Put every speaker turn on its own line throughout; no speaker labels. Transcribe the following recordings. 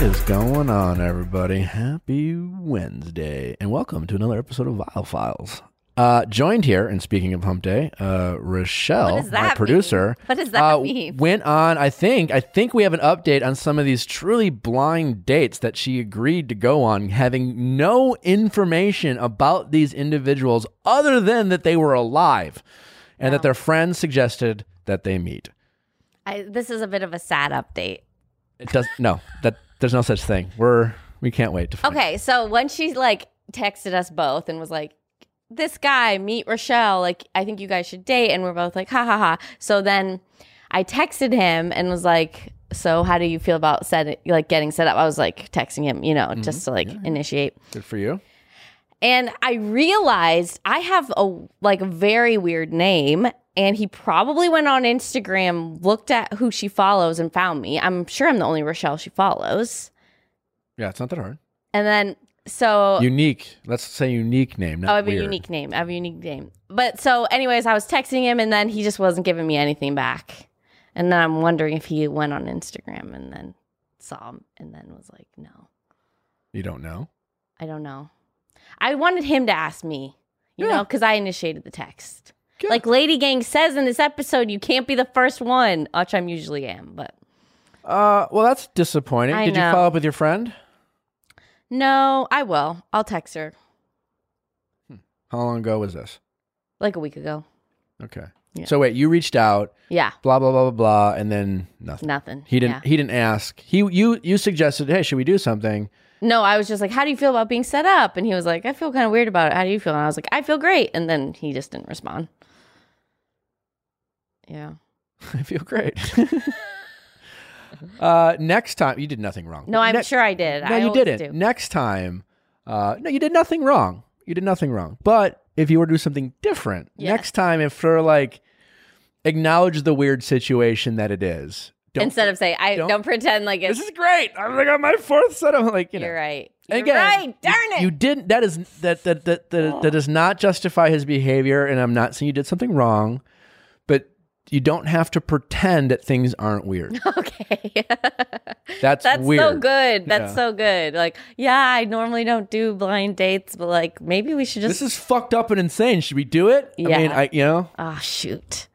is going on, everybody? Happy Wednesday, and welcome to another episode of Vile Files. Uh, joined here, and speaking of Hump Day, uh, Rochelle,
What does
our
that
producer,
mean? What does that
uh,
mean?
went on. I think I think we have an update on some of these truly blind dates that she agreed to go on, having no information about these individuals other than that they were alive, and that their friends suggested that they meet.
I, this is a bit of a sad update.
It does no that there's no such thing. We're we can't wait to find
Okay, so when she like texted us both and was like, "This guy, meet Rochelle. Like, I think you guys should date," and we're both like, "Ha ha ha." So then I texted him and was like, "So how do you feel about set like getting set up?" I was like texting him, you know, just to like initiate.
Good for you.
And I realized I have a like a very weird name and he probably went on Instagram, looked at who she follows and found me. I'm sure I'm the only Rochelle she follows.
Yeah, it's not that hard.
And then so
Unique. Let's say unique name. Not
Oh, I have
weird.
a unique name. I have a unique name. But so, anyways, I was texting him, and then he just wasn't giving me anything back. And then I'm wondering if he went on Instagram and then saw him, and then was like, "No,
You don't know.
I don't know." I wanted him to ask me, you
Yeah.
know, because I initiated the text.
Good.
Like Lady Gang says in this episode, you can't be the first one, which I'm usually am, but
Uh, well, that's disappointing.
I
Did you
know.
follow up with your friend?
no, I will. I'll text her
How long ago was this?
like a week ago.
Okay.
Yeah.
So wait, you reached out,
Yeah,
blah blah blah blah blah, and then nothing.
nothing.
He
Yeah.
didn't. He didn't ask. He you you suggested, hey, should we do something?
No, I was just like, "How do you feel about being set up?" And he was like, "I feel kind of weird about it. How do you feel?" And I was like, "I feel great." And then he just didn't respond. Yeah.
I feel great. uh, next time you did nothing wrong.
No, I'm
Ne-
sure I did.
No,
I
you
always do.
didn't. Next time, uh, no, you did nothing wrong. You did nothing wrong. But if you were to do something different
Yeah.
next time, if for like, acknowledge the weird situation that it is. Don't,
Instead of say, "I
don't-
don't, pretend like it's."
this is great. I'm like on my fourth set. I'm like, you know.
you're right.
And
You're
Again,
right. Darn
you,
it.
You didn't. That is that that that that, that does not justify his behavior, and I'm not saying you did something wrong, but you don't have to pretend that things aren't weird.
okay.
That's,
That's
weird.
so good. That's
Yeah.
so good. Like, yeah, I normally don't do blind dates, but like, maybe we should just.
This is fucked up and insane. Should we do it? I
Yeah.
mean, I you know,
oh shoot.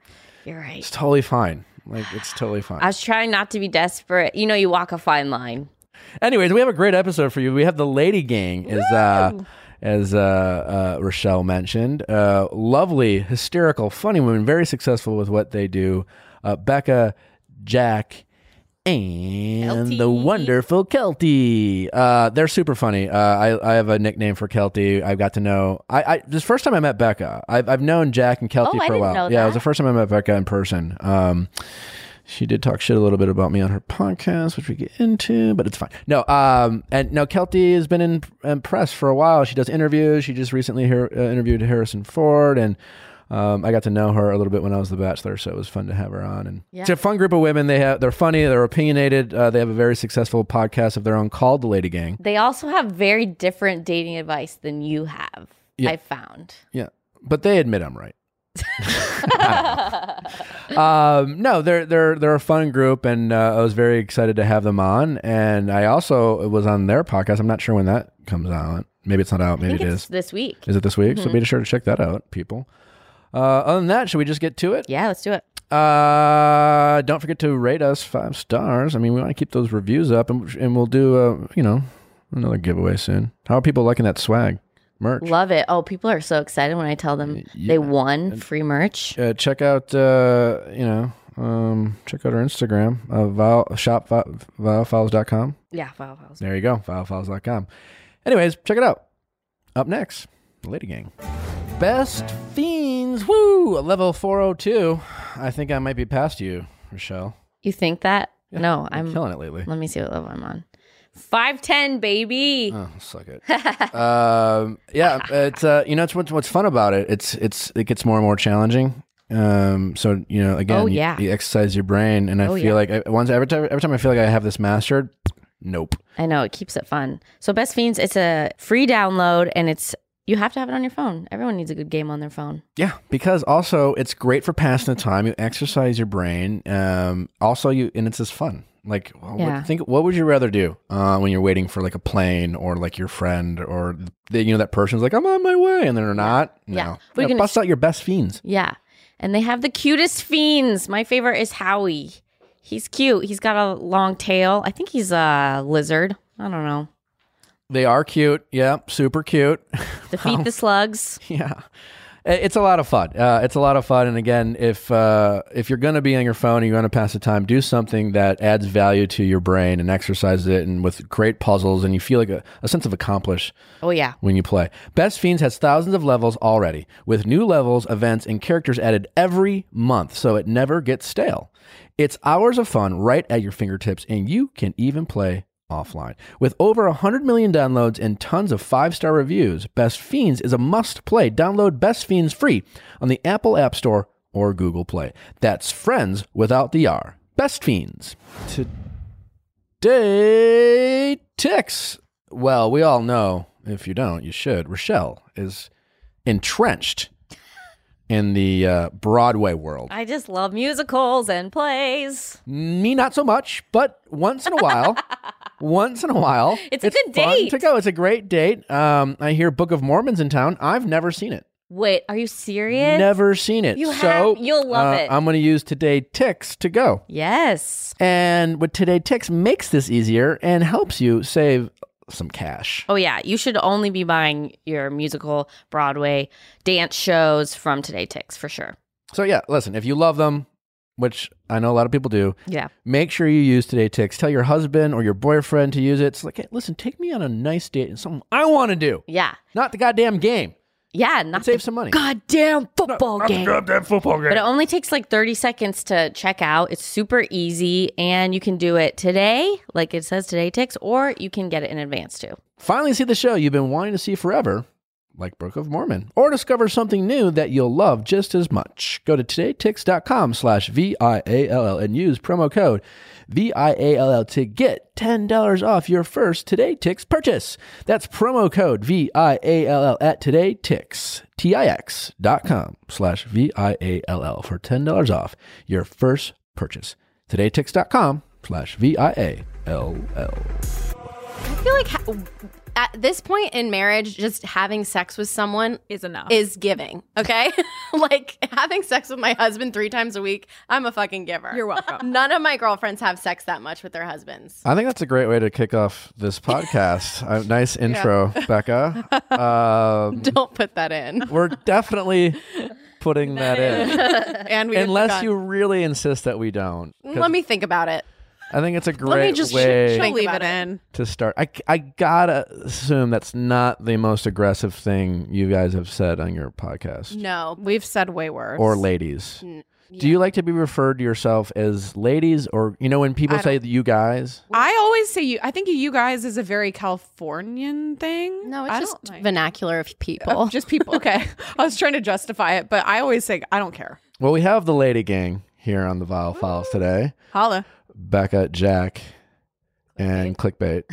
You're right.
it's totally fine. Like it's totally fine.
I was trying not to be desperate. You know, you walk a fine line.
Anyways, we have a great episode for you. We have the Lady Gang, as uh, as uh, uh, Rochelle mentioned. Uh, lovely, hysterical, funny women, very successful with what they do. Uh, Becca, Jack, and the
Kelty.
wonderful Kelty. Uh, they're super funny. Uh, I, I have a nickname for Kelty. I got to know. I, I this first time I met Becca. I've, I've known Jack and Kelty
Oh,
for
I
a
didn't
while.
know
yeah, it was
that.
the first time I met Becca in person. Um, she did talk shit a little bit about me on her podcast, which we get into, but it's fine. No, um, and now Kelty has been in, in press for a while. She does interviews. She just recently hear, uh, interviewed Harrison Ford, and um, I got to know her a little bit when I was The Bachelor, so it was fun to have her on. And
Yeah.
it's a fun group of women. They have they're funny, they're opinionated. Uh, they have a very successful podcast of their own called The Lady Gang.
They also have very different dating advice than you have.
Yeah.
I found.
Yeah, but they admit I'm right. um, no, they're they're they're a fun group, and uh, I was very excited to have them on. And I also was on their podcast. I'm not sure when that comes out. Maybe it's not out. Maybe
I
it
think it's
is.
this week.
Is it this week? So be sure to check that out, people. Uh, other than that, should we just get to it?
Yeah, let's do it.
Uh, don't forget to rate us five stars. I mean, we want to keep those reviews up, and and we'll do uh, you know another giveaway soon. How are people liking that swag merch?
Love it. Oh, people are so excited when I tell them they won free merch.
uh, check out uh, you know um, check out our Instagram uh, vile, shop vi- vilefiles.com.
Yeah, wow, wow.
There you go, vilefiles.com. Anyways, check it out. Up next, the Lady Gang. Best fiends, woo! Level four hundred two. I think I might be past you, Rochelle.
You think that? no,
I'm
I'm.
killing it lately.
Let me see what level I'm on. Five ten, baby.
Oh, suck it. um, yeah, it's uh, you know, it's what's what's fun about it. It's it's it gets more and more challenging. Um, so you know, again,
Oh,
you-
yeah.
you, exercise your brain, and I
Oh,
feel
yeah.
like I, once every time every time I feel like I have this mastered, nope.
I know it keeps it fun. So, Best Fiends, it's a free download and it's you have to have it on your phone. Everyone needs a good game on their phone.
Yeah, because also it's great for passing the time. You exercise your brain. Um, also, you and it's just fun. Like, what,
Yeah.
think what would you rather do uh, when you're waiting for like a plane or like your friend or the, you know that person's like I'm on my way and they're not. No,
Yeah.
yeah.
We're gonna
bust out your best fiends.
Yeah. And they have the cutest fiends. My favorite is Howie. He's cute. He's got a long tail. I think he's a lizard. I don't know.
They are cute. Yeah, super cute.
Defeat the slugs.
yeah. I- It's a lot of fun. Uh, it's a lot of fun, and again, if uh, if you're going to be on your phone and you're going to pass the time, do something that adds value to your brain and exercises it, and with great puzzles, and you feel like a, a sense of accomplish
Oh yeah.
when you play. Best Fiends has thousands of levels already, with new levels, events, and characters added every month, so it never gets stale. It's hours of fun right at your fingertips, and you can even play offline. With over 100 million downloads and tons of five star reviews, Best Fiends is a must play. Download Best Fiends free on the Apple App Store or Google Play. That's friends without the R. Best Fiends. Today, ticks. Well, we all know, if you don't, you should. Rochelle is entrenched in the uh, Broadway world.
I just love musicals and plays.
Me, not so much, but once in a while, once in a while,
It's a good
fun
date.
to go. It's a great date. Um, I hear Book of Mormon's in town. I've never seen it.
Wait, are you serious?
Never seen it.
You
so
have- you'll love
uh,
it.
I'm going to use today ticks to go.
Yes.
And what Today Ticks makes this easier and helps you save some cash.
Oh yeah, you should only be buying your musical, Broadway, dance shows from Today Ticks for sure.
So yeah, listen, if you love them, which I know a lot of people do,
Yeah.
make sure you use Today Ticks. Tell your husband or your boyfriend to use it. It's like, hey, listen, take me on a nice date and something I want to do,
Yeah.
not the goddamn game.
Yeah, not
Save some money.
goddamn football game.
Goddamn football game.
But it only takes like 30 seconds to check out. It's super easy and you can do it today, like it says today ticks, or you can get it in advance too.
Finally, see the show you've been wanting to see forever, like Book of Mormon, or discover something new that you'll love just as much. Go to todaytix.com slash V-I-A-L-L and use promo code V-I-A-L-L to get $10 off your first Today Tix purchase. That's promo code V-I-A-L-L at todaytix, T-I-X dot com slash V-I-A-L-L for $10 off your first purchase. Todaytix.com slash V-I-A-L-L.
I feel like ha- at this point in marriage, just having sex with someone
is enough.
is giving. Okay, like having sex with my husband three times a week. I'm a fucking giver.
You're welcome.
None of my girlfriends have sex that much with their husbands.
I think that's a great way to kick off this podcast. uh, nice intro, Becca. Um,
Don't put that in.
we're definitely putting that in,
and we had
unless
forgotten.
you really insist that we don't. 'Cause
let me think about it.
I think it's a great
just-
way
should-
She'll
Think
leave
about
it
it.
in.
to start. I, I gotta assume that's not the most aggressive thing you guys have said on your podcast,
No.
We've said way worse.
or ladies. Do you like to be referred to yourself as ladies, or you know when people say you guys?
I always say you. I think you guys is a very Californian thing.
No, it's
I
just
don't like-
vernacular of people.
Oh, just people. Okay, I was trying to justify it, but I always say I don't care.
Well, we have the lady gang here on the Vile Files today.
Holla.
Becca, Jack, and clickbait.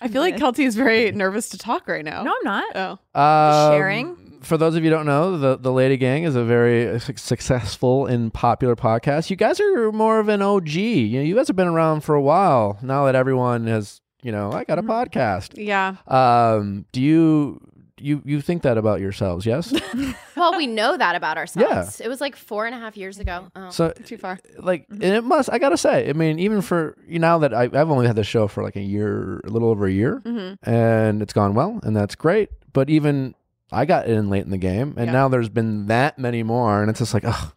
I feel like Kelty is very nervous to talk right now.
No, I'm not.
Oh,
Um,
Sharing?
For those of you who don't know, the, the Lady Gang is a very su- successful and popular podcast. You guys are more of an OG. You know, you guys have been around for a while now that everyone has, you know, I got a podcast.
yeah.
Um, do you you you think that about yourselves? Yes.
well, we know that about ourselves. It was like four and a half years ago. Oh.
so
Too far.
like
Mm-hmm.
and it must I gotta say, I mean, even for you now that I, I've only had the show for like a year, a little over a year,
Mm-hmm.
and it's gone well, and that's great. But even I got in late in the game, and
Yeah.
now there's been that many more, and it's just like, ugh.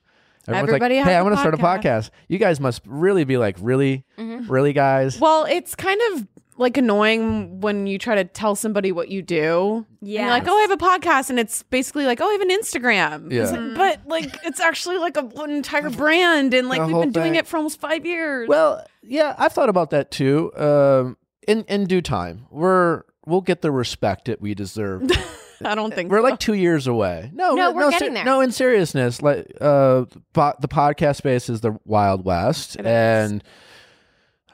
Everyone's
Everybody
like,
has
hey,
a
I want to start a
podcast." Mm-hmm.
podcast. You guys must really be like, really, really, guys.
Well, it's kind of like annoying when you try to tell somebody what you do. And you're like,
Yes.
oh, I have a podcast, and it's basically like, oh, I have an Instagram. It's
Yeah.
like, but like, it's actually like a, an entire brand, and like
The
we've
whole
been doing
thing.
it for almost five years.
Well, yeah, I've thought about that too. Um, in in due time, we're we'll get the respect that we deserve.
I don't think
We're like two years away. No,
No, we're
ser-
getting there.
No, in seriousness, like uh, po- the podcast space is the wild west,
It is.
and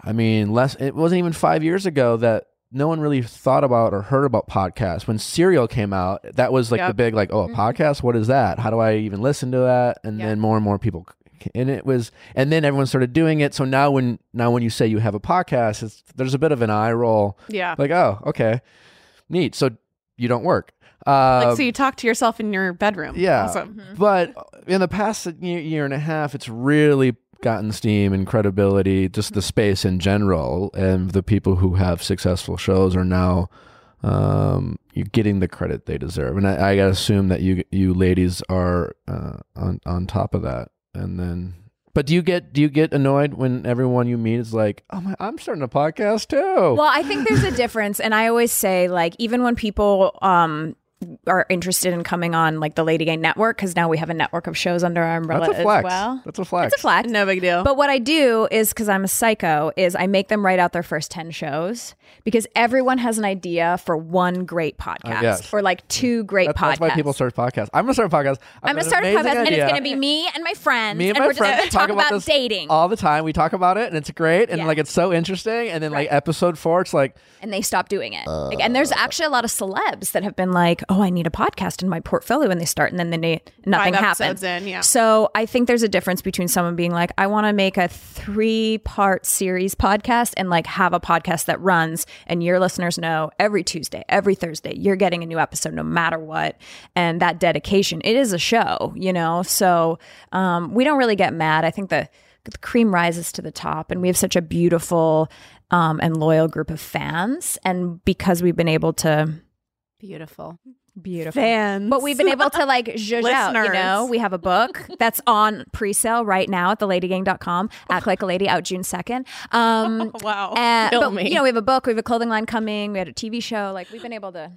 I mean, less. It wasn't even five years ago that no one really thought about or heard about podcasts. When Serial came out, that was like the
Yep. Mm-hmm.
big like, oh, a podcast? What is that? How do I even listen to that? And
Yeah.
then more and more people c- and it was and then everyone started doing it. So now when now when you say you have a podcast, it's there's a bit of an eye roll.
Yeah.
Like, oh, okay. Neat. So you don't work. Um,
Like, so you talk to yourself in your bedroom.
yeah.
Awesome.
mm-hmm.
But in the past year, year and a half, it's really gotten steam and credibility, just
Mm-hmm.
the space in general. And the people who have successful shows are now um, you're getting the credit they deserve. And I, I gotta assume that you you ladies are uh, on on top of that. And then, but do you get do you get annoyed when everyone you meet is like, oh my, I'm starting a podcast too?
Well, I think there's a difference, and I always say like even when people um are interested in coming on like the Lady Gay network because now we have a network of shows under our umbrella
That's a
as
flex.
well.
That's a flex.
It's a flex.
No big deal.
But what I do is because I'm a psycho is I make them write out their first 10 shows because everyone has an idea for one great podcast
yes.
or like two great
That's,
podcasts.
that's why people start podcasts. I'm gonna start a podcast.
I'm going to start a podcast and it's going to
be.
be me and my friends
me and, my
we're
friends
just going to talk about,
this
dating.
all the time. We talk about it, and it's great, and
Yeah.
like it's so interesting. And then like episode four, it's like
and they stop doing it. Like, and there's actually a lot of celebs that have been like, "Oh, I need a podcast in my portfolio," and they start, and then they need, nothing
Five
happens.
episodes in, yeah.
So I think there's a difference between someone being like, "I want to make a three-part series podcast," and like have a podcast that runs, and your listeners know every Tuesday, every Thursday, you're getting a new episode no matter what, and that dedication. It is a show, you know. So um, we don't really get mad. I think the the cream rises to the top and we have such a beautiful um, and loyal group of fans and because we've been able to
Beautiful.
beautiful
Fans.
but we've been able to like zhuzh out you
Listeners.
know we have a book that's on pre-sale right now at theladygang.com act like a lady out june 2nd um
Wow.
uh,
Kill
but,
me.
you know we have a book we have a clothing line coming we had a tv show like we've been able to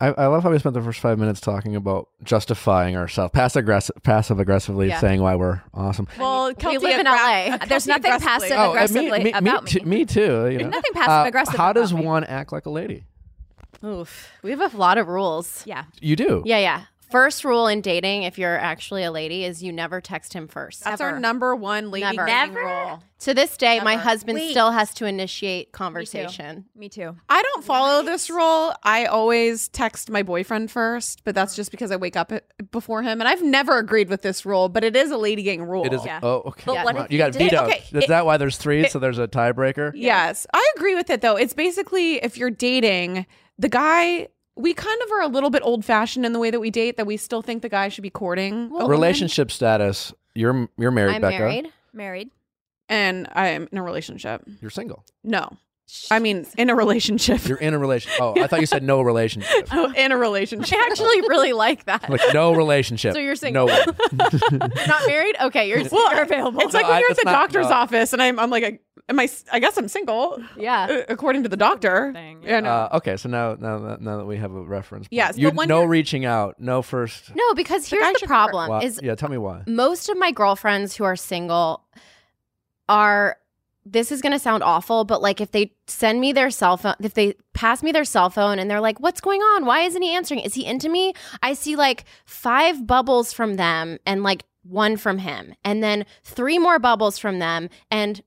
I, I love how we spent the first five minutes talking about justifying ourselves, passive aggressive, passive aggressively
Yeah.
saying why we're awesome.
well, Kelty
live in LA.
There's nothing passive
Oh, and me,
aggressively
me,
about
me,
me.
too- me too. You know? Uh,
Nothing passive aggressive
How does
about me.
one act like a lady?
Oof. We have a lot of rules.
yeah
You do.
Yeah, yeah. First rule in dating, if you're actually a lady, is you never text him first.
That's
Ever.
our number one lady
Never.
dating
Never?
rule.
To this day, my
Never.
husband
Wait.
still has to initiate conversation.
me too
I don't follow this rule. I always text my boyfriend first, but that's just because I wake up at- before him. And I've never agreed with this rule, but it is a lady gang rule.
It is.
Yeah.
Oh, okay.
But what
Come on.
if
You
you
got
did-
vetoed.
okay,
Is
it-
that why there's three? so there's a tiebreaker.
Yes. I agree with it though. It's basically if you're dating, the guy we kind of are a little bit old fashioned in the way that we date that we still think the guy should be courting. a woman.
Relationship status. You're you're married,
I'm
Becca.
married.
married
and I am in a relationship.
You're single.
No. I mean in a relationship.
You're in a relationship. Oh, I thought you said no relationship.
Oh, in a relationship.
I actually really like that.
like no relationship.
So you're saying-
no. one.
Not married? Okay, you're
Well,
available
it's like
No,
when
I-
you're at
it's
the
not-
doctor's
no.
office and I'm I'm like am I s- I guess I'm single
yeah.
uh, according to the doctor.
thing,
yeah. no.
Uh, okay, so now now that, now that we have a reference, point.
Yes, but
you
when
no
you're-
reaching out, no first.
No, because here's
guy
the
should
problem
Why-
is
yeah, tell me why.
most of my girlfriends who are single are this is going to sound awful but like if they send me their cell phone if they pass me their cell phone and they're like what's going on why isn't he answering is he into me i see like five bubbles from them and like one from him and then three more bubbles from them and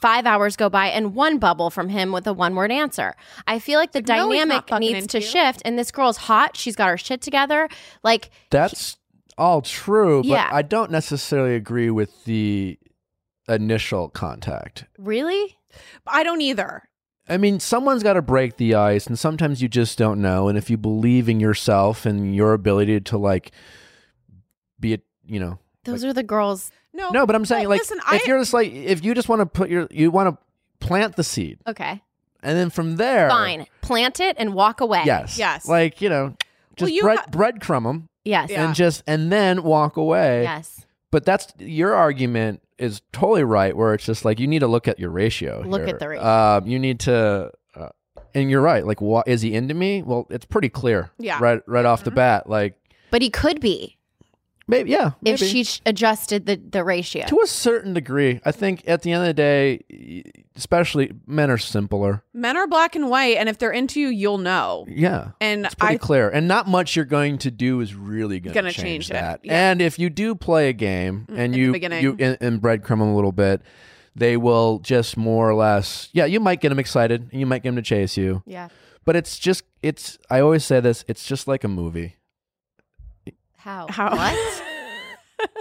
five hours go by and one bubble from him with a one word answer i feel like the
Like, no, he's not
dynamic
fucking
needs to
into you.
shift and this girl's hot she's got her shit together like
That's all true, but
Yeah.
I don't necessarily agree with the initial contact.
really
I don't either.
I mean, someone's got to break the ice, and sometimes you just don't know. And if you believe in yourself and your ability to like be a you know
those are the girls
No.
no, but I'm saying
Oh, but
like
listen,
if
I-
you're just like if you just want to put your you want to plant the seed,
okay
and then from there,
Fine. Plant it and walk away.
Yes.
Yes.
Like, you know, just
you
bread,
ha-
breadcrumb them
Yes.
Yeah.
and just, and then walk away.
Yes.
But that's your argument is totally right, where it's just like you need to look at your ratio.
Look at
here.
the ratio.
Um, you need to, uh, and you're right. Like, what is he into me? Well, it's pretty clear.
Yeah. Mm-hmm.
Right, right off the bat. Like,
But he could be
maybe, yeah. Maybe.
if she sh- adjusted the, the ratio.
to a certain degree, I think at the end of the day, y- especially men are simpler.
Men are black and white and if they're into you, you'll know.
Yeah.
And
It's pretty
I
clear, and not much you're going to do is really going to
Gonna
change,
change it,
that.
yeah. Mm,
And if you do play a game and
in the
you
beginning.
you and, and breadcrumb 'em a little bit, they will just more or less, yeah, you might get them excited and you might get them to chase you.
Yeah.
But it's just, it's, I always say this, it's just like a movie.
How?
How-
What?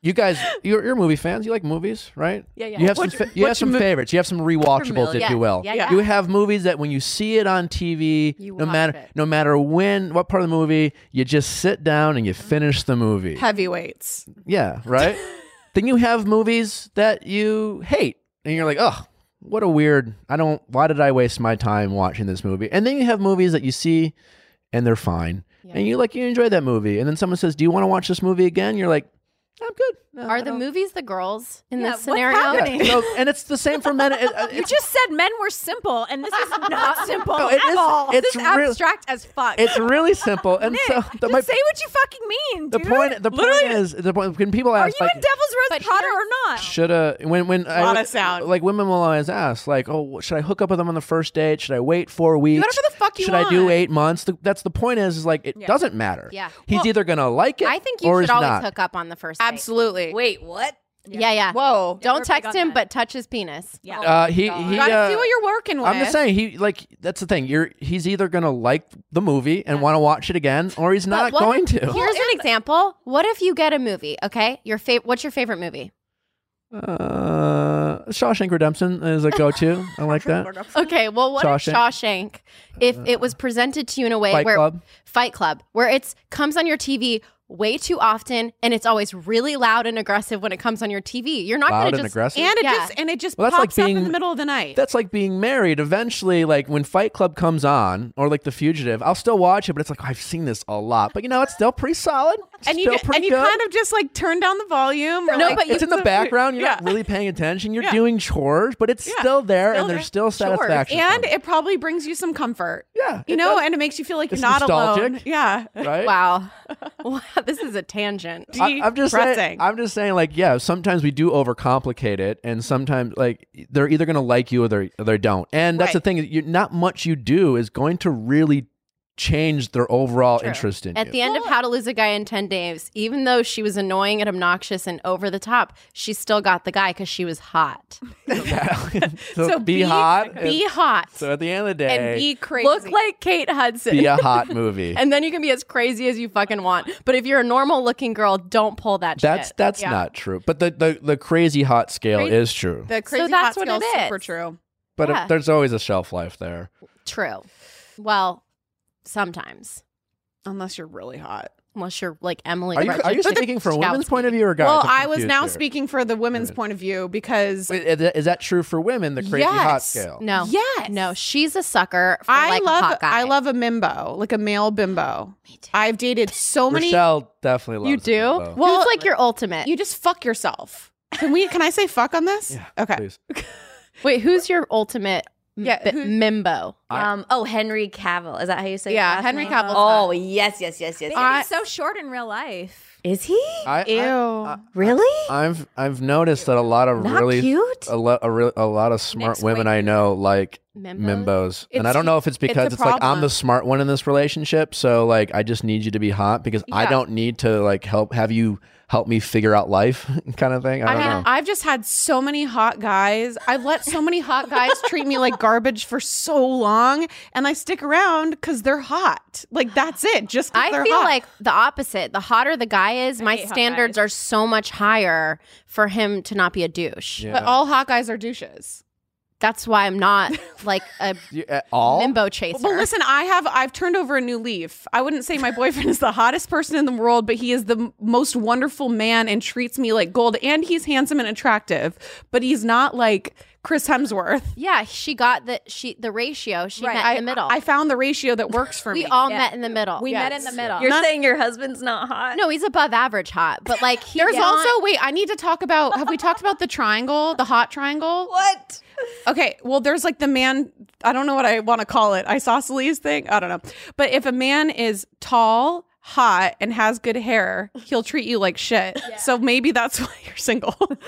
You guys, you're, you're movie fans. You like movies, right?
Yeah, yeah.
You have
What's
some,
your-
fa- you have
what's
some
your mov-
favorites. You have some rewatchables, if
Yeah,
you will.
yeah,
Yeah.
yeah.
You have movies that when you see it on TV,
You
no
watch
matter
it.
no matter when, what part of the movie, you just sit down and you
Mm-hmm.
finish the movie.
Heavyweights.
Yeah, right? then you have movies that you hate and you're like, "Oh, what a weird. I don't why did I waste my time watching this movie?" And then you have movies that you see and they're fine. And you like you enjoy that movie and then someone says, "Do you want to watch this movie again?" You're like, "I'm good." No, I
Are the
don't-
movies the girls in
Yeah,
this
what's
scenario?
happening?
Yeah, no, and it's the same for men. It- uh,
You
it's,
just said men were simple, and this is not simple
No, it
at
is-
all.
it's
this is
real-
abstract as fuck.
it's really simple. And so
Nick,
the,
just
my,
say what you fucking mean,
the
dude.
point the point is the point when people
Are
ask
you
like
in Devil's Rose
But
Potter or
here's-
not?
shoulda when when I
Lot of sound.
like women will always ask like oh wh- should I hook up with them on the first date should I wait four weeks
whatever the fuck you
should I do
want.
eight months the, that's the point is, is like it doesn't matter
Yeah.
he's either gonna like it
I think
or
you should
he's
always
not.
hook up on the first date.
Absolutely.
Wait, what?
Yeah, yeah.
Whoa.
Don't
we're big
text
on
him,
that.
but touch his penis.
Yeah.
uh,
Oh
he he
God.
You gotta
uh,
see what you're working with.
I'm just saying he like that's the thing you're he's either gonna like the movie and want to watch it again or he's not
what-
going to
Here's an example. What if you get a movie? Okay, your fav- What's your favorite movie?
uh, Shawshank Redemption is a go to I like that
Okay, well, what
Shawshank.
if Shawshank? If it was presented to you in a way
Fight
where
Club.
Fight Club, where it's comes on your TV way too often, and it's always really loud and aggressive when it comes on your TV. You're not
loud
going to
and
just
aggressive
And it
Yeah.
just and it just
Well, that's like
pops
being-
up in the middle of the night.
that's like being married. Eventually, like when Fight Club comes on, or like The Fugitive, I'll still watch it, but it's like oh, I've seen this a lot. But you know, it's still pretty solid. It's
and you
still
get- and
pretty
you
good.
kind of just like turn down the volume. or,
No,
like-
but you-
it's in the background. You're not
Yeah.
really paying attention. You're
Yeah.
doing chores, but it's
Yeah.
still there,
Still
and
there.
there's still satisfaction. from
and
it,
it probably brings you some comfort.
Yeah,
You
it
know,
does.
and it makes you feel like
It's
you're not alone.
nostalgic.
Yeah.
right?
wow. wow, this is a tangent.
I, I'm just saying.
Depressing.
I'm just saying. Like, yeah, sometimes we do overcomplicate it, and sometimes like they're either going to like you or they or they don't. And that's the
Right.
thing. You, not much you do is going to really change their overall interest in
At
you.
the end of How to Lose a Guy in 10 Days, even though she was annoying and obnoxious and over the top, she still got the guy because she was hot.
Yeah. so, be, hot. and-
Be hot.
so at the end of the day,
And be crazy.
Look like Kate Hudson.
be a hot movie.
and then you can be as crazy as you fucking want. But if you're a normal looking girl, don't pull that
that's
shit.
that's not true. But the, the, the crazy hot scale
Crazy-
is true.
the crazy
that's
hot
what
scale's
it
super
is.
true.
but
yeah.
if, there's always a shelf life there.
True. Well, sometimes.
Unless you're really hot.
Unless you're like Emily.
Are you, are you
Brzezinski.
speaking from a women's point of view or guys?
well,
I'm
I was
confused
now
here.
speaking for the women's point of view because
Wait, Is that- is that true for women? The crazy hot
Yes.
scale.
No.
Yes.
No, she's a sucker for
I
like
love
a hot guy.
I love a bimbo, like a male bimbo. Me too. I've dated so many
Rochelle definitely
You
loves
do?
Limbo.
Well, it's like your ultimate.
you just fuck yourself. Can we can I say fuck on this?
Yeah,
okay.
please.
Wait, who's your ultimate
Yeah,
b-
who-
mimbo?
I-
um. Oh, Henry Cavill. Is that how you say? his
Yeah,
last
Henry
name?
Cavill's
Oh, yes, yes, yes, yes.
I-
he's so short in real life.
is he
I,
Ew.
I,
really
I've I've noticed that a lot of
not
really
cute?
a, lo- a, re- a lot of smart
Next
women I know like mimbos. And I
It's-
don't know if it's
it's a
because it's, like I'm
problem.
the smart one in this relationship, so like I just need you to be hot because I
Yeah.
don't need to like help have you help me figure out life kind of thing. I
I
don't
mean,
know.
I've just had so many hot guys. I've let so many hot guys treat me like garbage for so long, and I stick around because they're hot. Like that's it. Just 'cause
I
they're
feel
hot.
like the opposite. The hotter the guy is, my
hate hot
standards
guys.
are so much higher for him to not be a douche.
Yeah.
but all hot guys are douches.
That's why I'm not like a
You- at all?
mimbo chaser.
Well, listen, I have I've turned over a new leaf. I wouldn't say my boyfriend is the hottest person in the world, but he is the m- most wonderful man and treats me like gold. And he's handsome and attractive, but he's not like Chris Hemsworth.
yeah, she got the she the ratio. She
Right.
met
I,
in the middle.
I found the ratio that works for
we
me.
all
Yeah.
met in the middle.
We met in the middle.
You're saying your husband's not hot?
no, he's above average hot, but like he
There's
got-
also wait, I need to talk about have we talked about the triangle, the hot triangle?
What?
Okay, well there's like the man I don't know what I want to call it. Isosceles thing? I don't know. But if a man is tall, hot and has good hair, he'll treat you like shit. So maybe that's why you're single.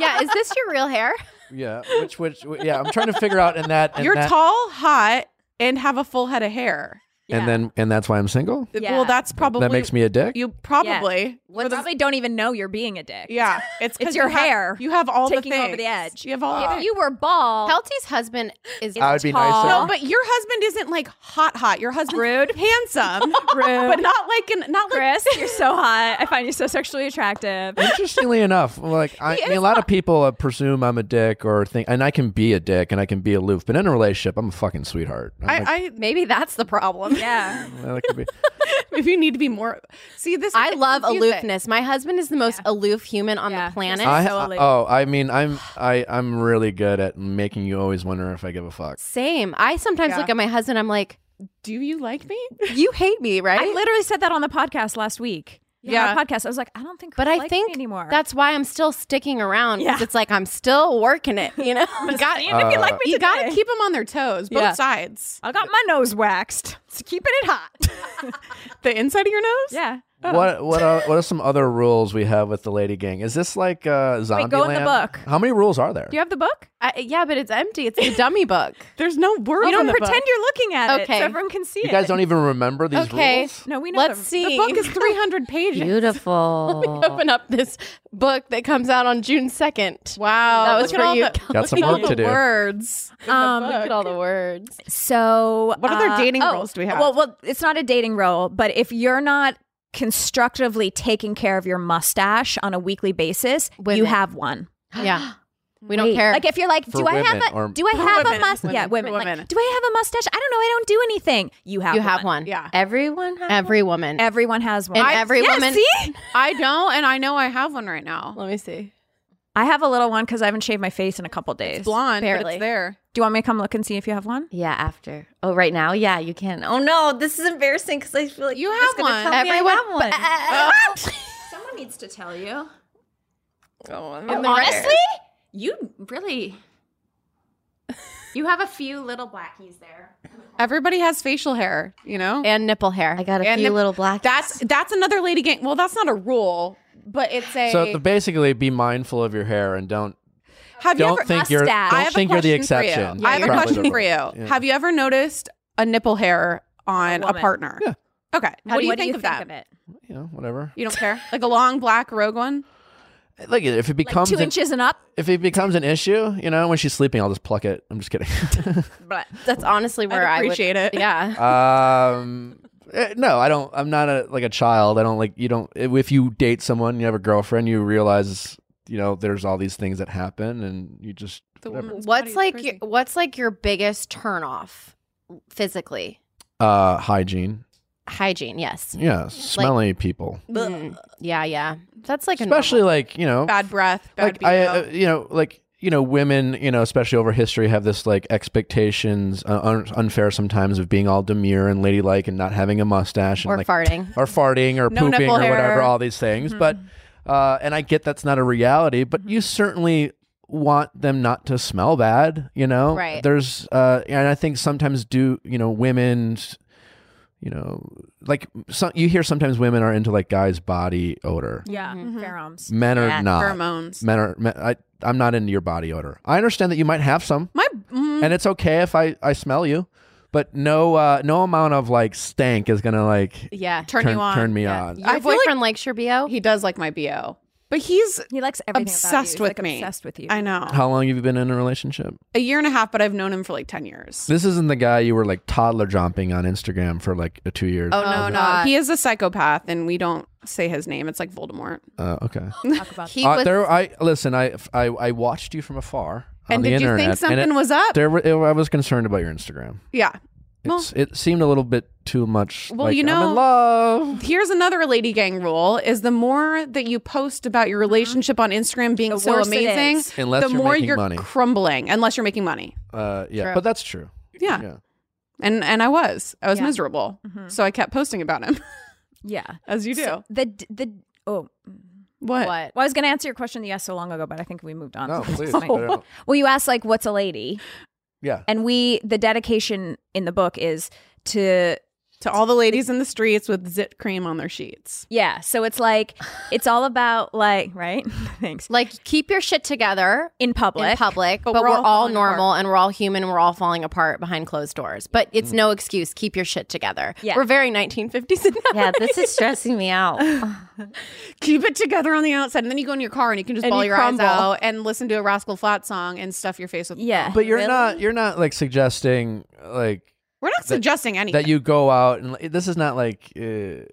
yeah. Is this your real hair?
Yeah, which which yeah, I'm trying to figure out in that in
you're
that,
tall, hot and have a full head of hair.
Yeah.
and then and that's why I'm single.
Yeah.
Well, that's probably
that makes me a dick.
you probably
Well, probably don't even know you're being a dick.
yeah. It's 'cause
It's your
you have-
hair
you have all
taking
the
over
things.
the edge.
You have all. the
If you were bald,
Pelty's husband is
I would be
tall.
nicer.
No, but your husband isn't like hot, hot. Your husband's
Rude.
handsome,
Rude.
but not like an not like
Chris, you're so hot. I find you so sexually attractive.
Interestingly enough, like I, I mean, a lot of people uh, presume I'm a dick or think, and I can be a dick and I can be aloof, but in a relationship, I'm a fucking sweetheart. I'm like,
I,
maybe that's the problem.
Yeah.
I like to be-
I maybe you need to be more. See this.
I
is
love
confusing.
aloofness. My husband is the most aloof human on
Yeah.
the planet.
I-
so aloof.
oh, I mean, I'm I I'm really good at making you always wonder if I give a fuck.
Same. I sometimes
Yeah.
look at my husband. I'm like,
Do you like me?
you hate me, right?
I literally said that on the podcast last week.
Yeah.
On our podcast. I was like, I don't think
but
Chris
I
likes
think
me anymore.
that's why I'm still sticking around. 'cause
Yeah.
It's like I'm still working it. You know,
I'm
Got-
saying if you like me
You
today.
got to keep them on their toes, both
Yeah.
sides.
I got my nose waxed. So keeping it hot.
The inside of your nose.
yeah.
Oh.
What what are, what are some other rules we have with the lady gang? Is this like uh, zombie?
go in the book.
How many rules are there?
Do you have the book?
I, yeah, but it's empty. It's a dummy book.
There's no word.
You
on
don't
the
pretend
book.
you're looking at it
Okay.
so everyone can see
You
it.
guys don't even remember these
Okay.
rules.
No, we know.
Let's
them.
see.
The book is 300 pages.
Beautiful.
Open up this book that comes out on June second.
Wow,
That was
look at
for
all
you.
The,
Got some
look at all
work to
the
do.
Words. in the
Um,
book.
Look at all the words.
So,
What other
uh,
dating
oh,
rules do we have?
Well, well, it's not a dating role, but if you're not constructively taking care of your mustache on a weekly basis, you
Women.
have one.
Yeah, we don't
Wait.
care.
Like if you're like,
For
do I have
women
a
or-
do I
For
have
women.
a mustache?
Women.
Yeah,
For
women. Like,
women.
do I have a mustache? I don't know. I don't do anything. You have.
you
one.
have one.
Yeah.
Everyone has
Every woman.
Everyone has one.
And every
yeah,
woman-
See?
I don't, and I know I have one right now.
Let me see.
I have a little one because I haven't shaved my face in a couple days.
It's blonde, but
Barely.
it's there.
Do you want me to come look and see if you have one?
Yeah, after. Oh, right now? Yeah, you can. Oh, no, this is embarrassing because I feel like
You
you're
have
just gonna
one.
Tell me
Everyone-
I have one.
Someone needs to tell you.
oh, I'm
In the
embarrassed.
red.
You really.
You have a few little blackies there.
Everybody has facial hair, you know.
And nipple hair.
I got a
And
few
the-
little black.
that's that's another lady gang. Well, that's not a rule, but it's a.
So the, basically, be mindful of your hair and don't
have you
don't
ever?
think you're
mustache.
don't
I have a
think you're the
question for you.
exception.
I have
Probably
a
the
question for you.
rule. Yeah.
Have you ever noticed a nipple hair on a,
woman.
partner?
Yeah.
Okay. How
what
do you think of that?
it?
you know, whatever.
You don't care, like a long black rogue one.
Like if it
Like
becomes
two
an,
inches and up.
if it becomes an issue, you know, when she's sleeping, I'll just pluck it. I'm just kidding.
But
That's honestly where
I'd
I
appreciate it.
Yeah.
um, eh, no, I don't. I'm not a like a child. I don't like you don't. eh, If you date someone, you have a girlfriend, you realize you know there's all these things that happen, and you just
The
whatever.
woman's body
What's
is
like
crazy.
your, what's like your biggest turnoff physically?
uh hygiene.
Hygiene, yes.
Yeah, smelly people,
Mm, yeah, yeah. That's like a normal-
especially like you know
bad breath? Bad
like I,
BO?
uh, you know, like you know, women, you know, especially over history, have this like expectations, uh, un- unfair sometimes, of being all demure and ladylike and not having a mustache and
or
like
farting.
or farting or
No
pooping
nipple
or whatever,
hair. Mm-hmm.
all these things. But uh, and I get that's not a reality, but you certainly want them not to smell bad. You know,
Right.
There's uh, and I think sometimes do you know women. You know, like some, you hear sometimes women are into like guys' body odor.
yeah, Mm-hmm.
Mhm.
pheromones.
Men are
Yeah.
not
Pheromones.
men are men, I, i'm not into your body odor i understand that you might have some
My mm,
and it's okay if i i smell you but no uh no amount of like stank is gonna like
Yeah.
turn, you on.
turn me
Yeah.
on
Your
I feel like-
boyfriend likes your BO?
He does like my bo, but he's
He likes everything
Obsessed
about you. He's,
with
like,
me.
Obsessed with you.
I know
how long have you been in a relationship
a year and a half, but I've known him for like ten years.
this isn't the guy you were like toddler jumping on instagram for like uh, two years
Oh no,
Oh,
no,
God.
he is a psychopath, and we don't say his name. It's like Voldemort.
uh, okay
Talk about
He
uh,
was
there i listen I, I i watched you from afar on
And
the
did you
internet
think
and
something
it-
was up?
there were, it, i was concerned about your instagram
Yeah. Well-
it's, it seemed a little bit too much
Well,
like,
you
i'm
know-
in love
Here's another lady gang rule: is the more that you post about your relationship on Instagram being
Mm-hmm.
so
The worse it
amazing,
is.
Unless
the
you're
more
making
you're
money.
crumbling. Unless you're making money,
uh yeah
True.
but that's true
yeah.
yeah
And and I was, I was
Yeah.
miserable,
Mhm.
so I kept posting about him,
yeah.
as you do.
So the d- the oh, uh,
what?
what?
well, I was going to answer your question yes so long ago, but I think we moved on.
no please I
well,
don't-
you asked like, what's a lady?
yeah
And we the dedication in the book is to
to all the ladies in the streets with zit cream on their sheets.
Yeah. So it's like, it's all about like, right? Thanks.
Like keep your shit together
In public.
in public, but,
But
we're,
we're all
all,
falling
normal and we're all human. And we're all falling apart behind closed doors. But it's no excuse. Keep your shit together.
Yeah.
We're very 1950s and now.
Yeah, this is stressing me out.
Keep it together on the outside, and then you go in your car and you can just
And
ball
you
your
crumble.
eyes out and listen to a Rascal Flat song and stuff your face with.
Yeah.
But you're not you're not like suggesting like
We're not suggesting anything.
that you go out and like, this is not like uh,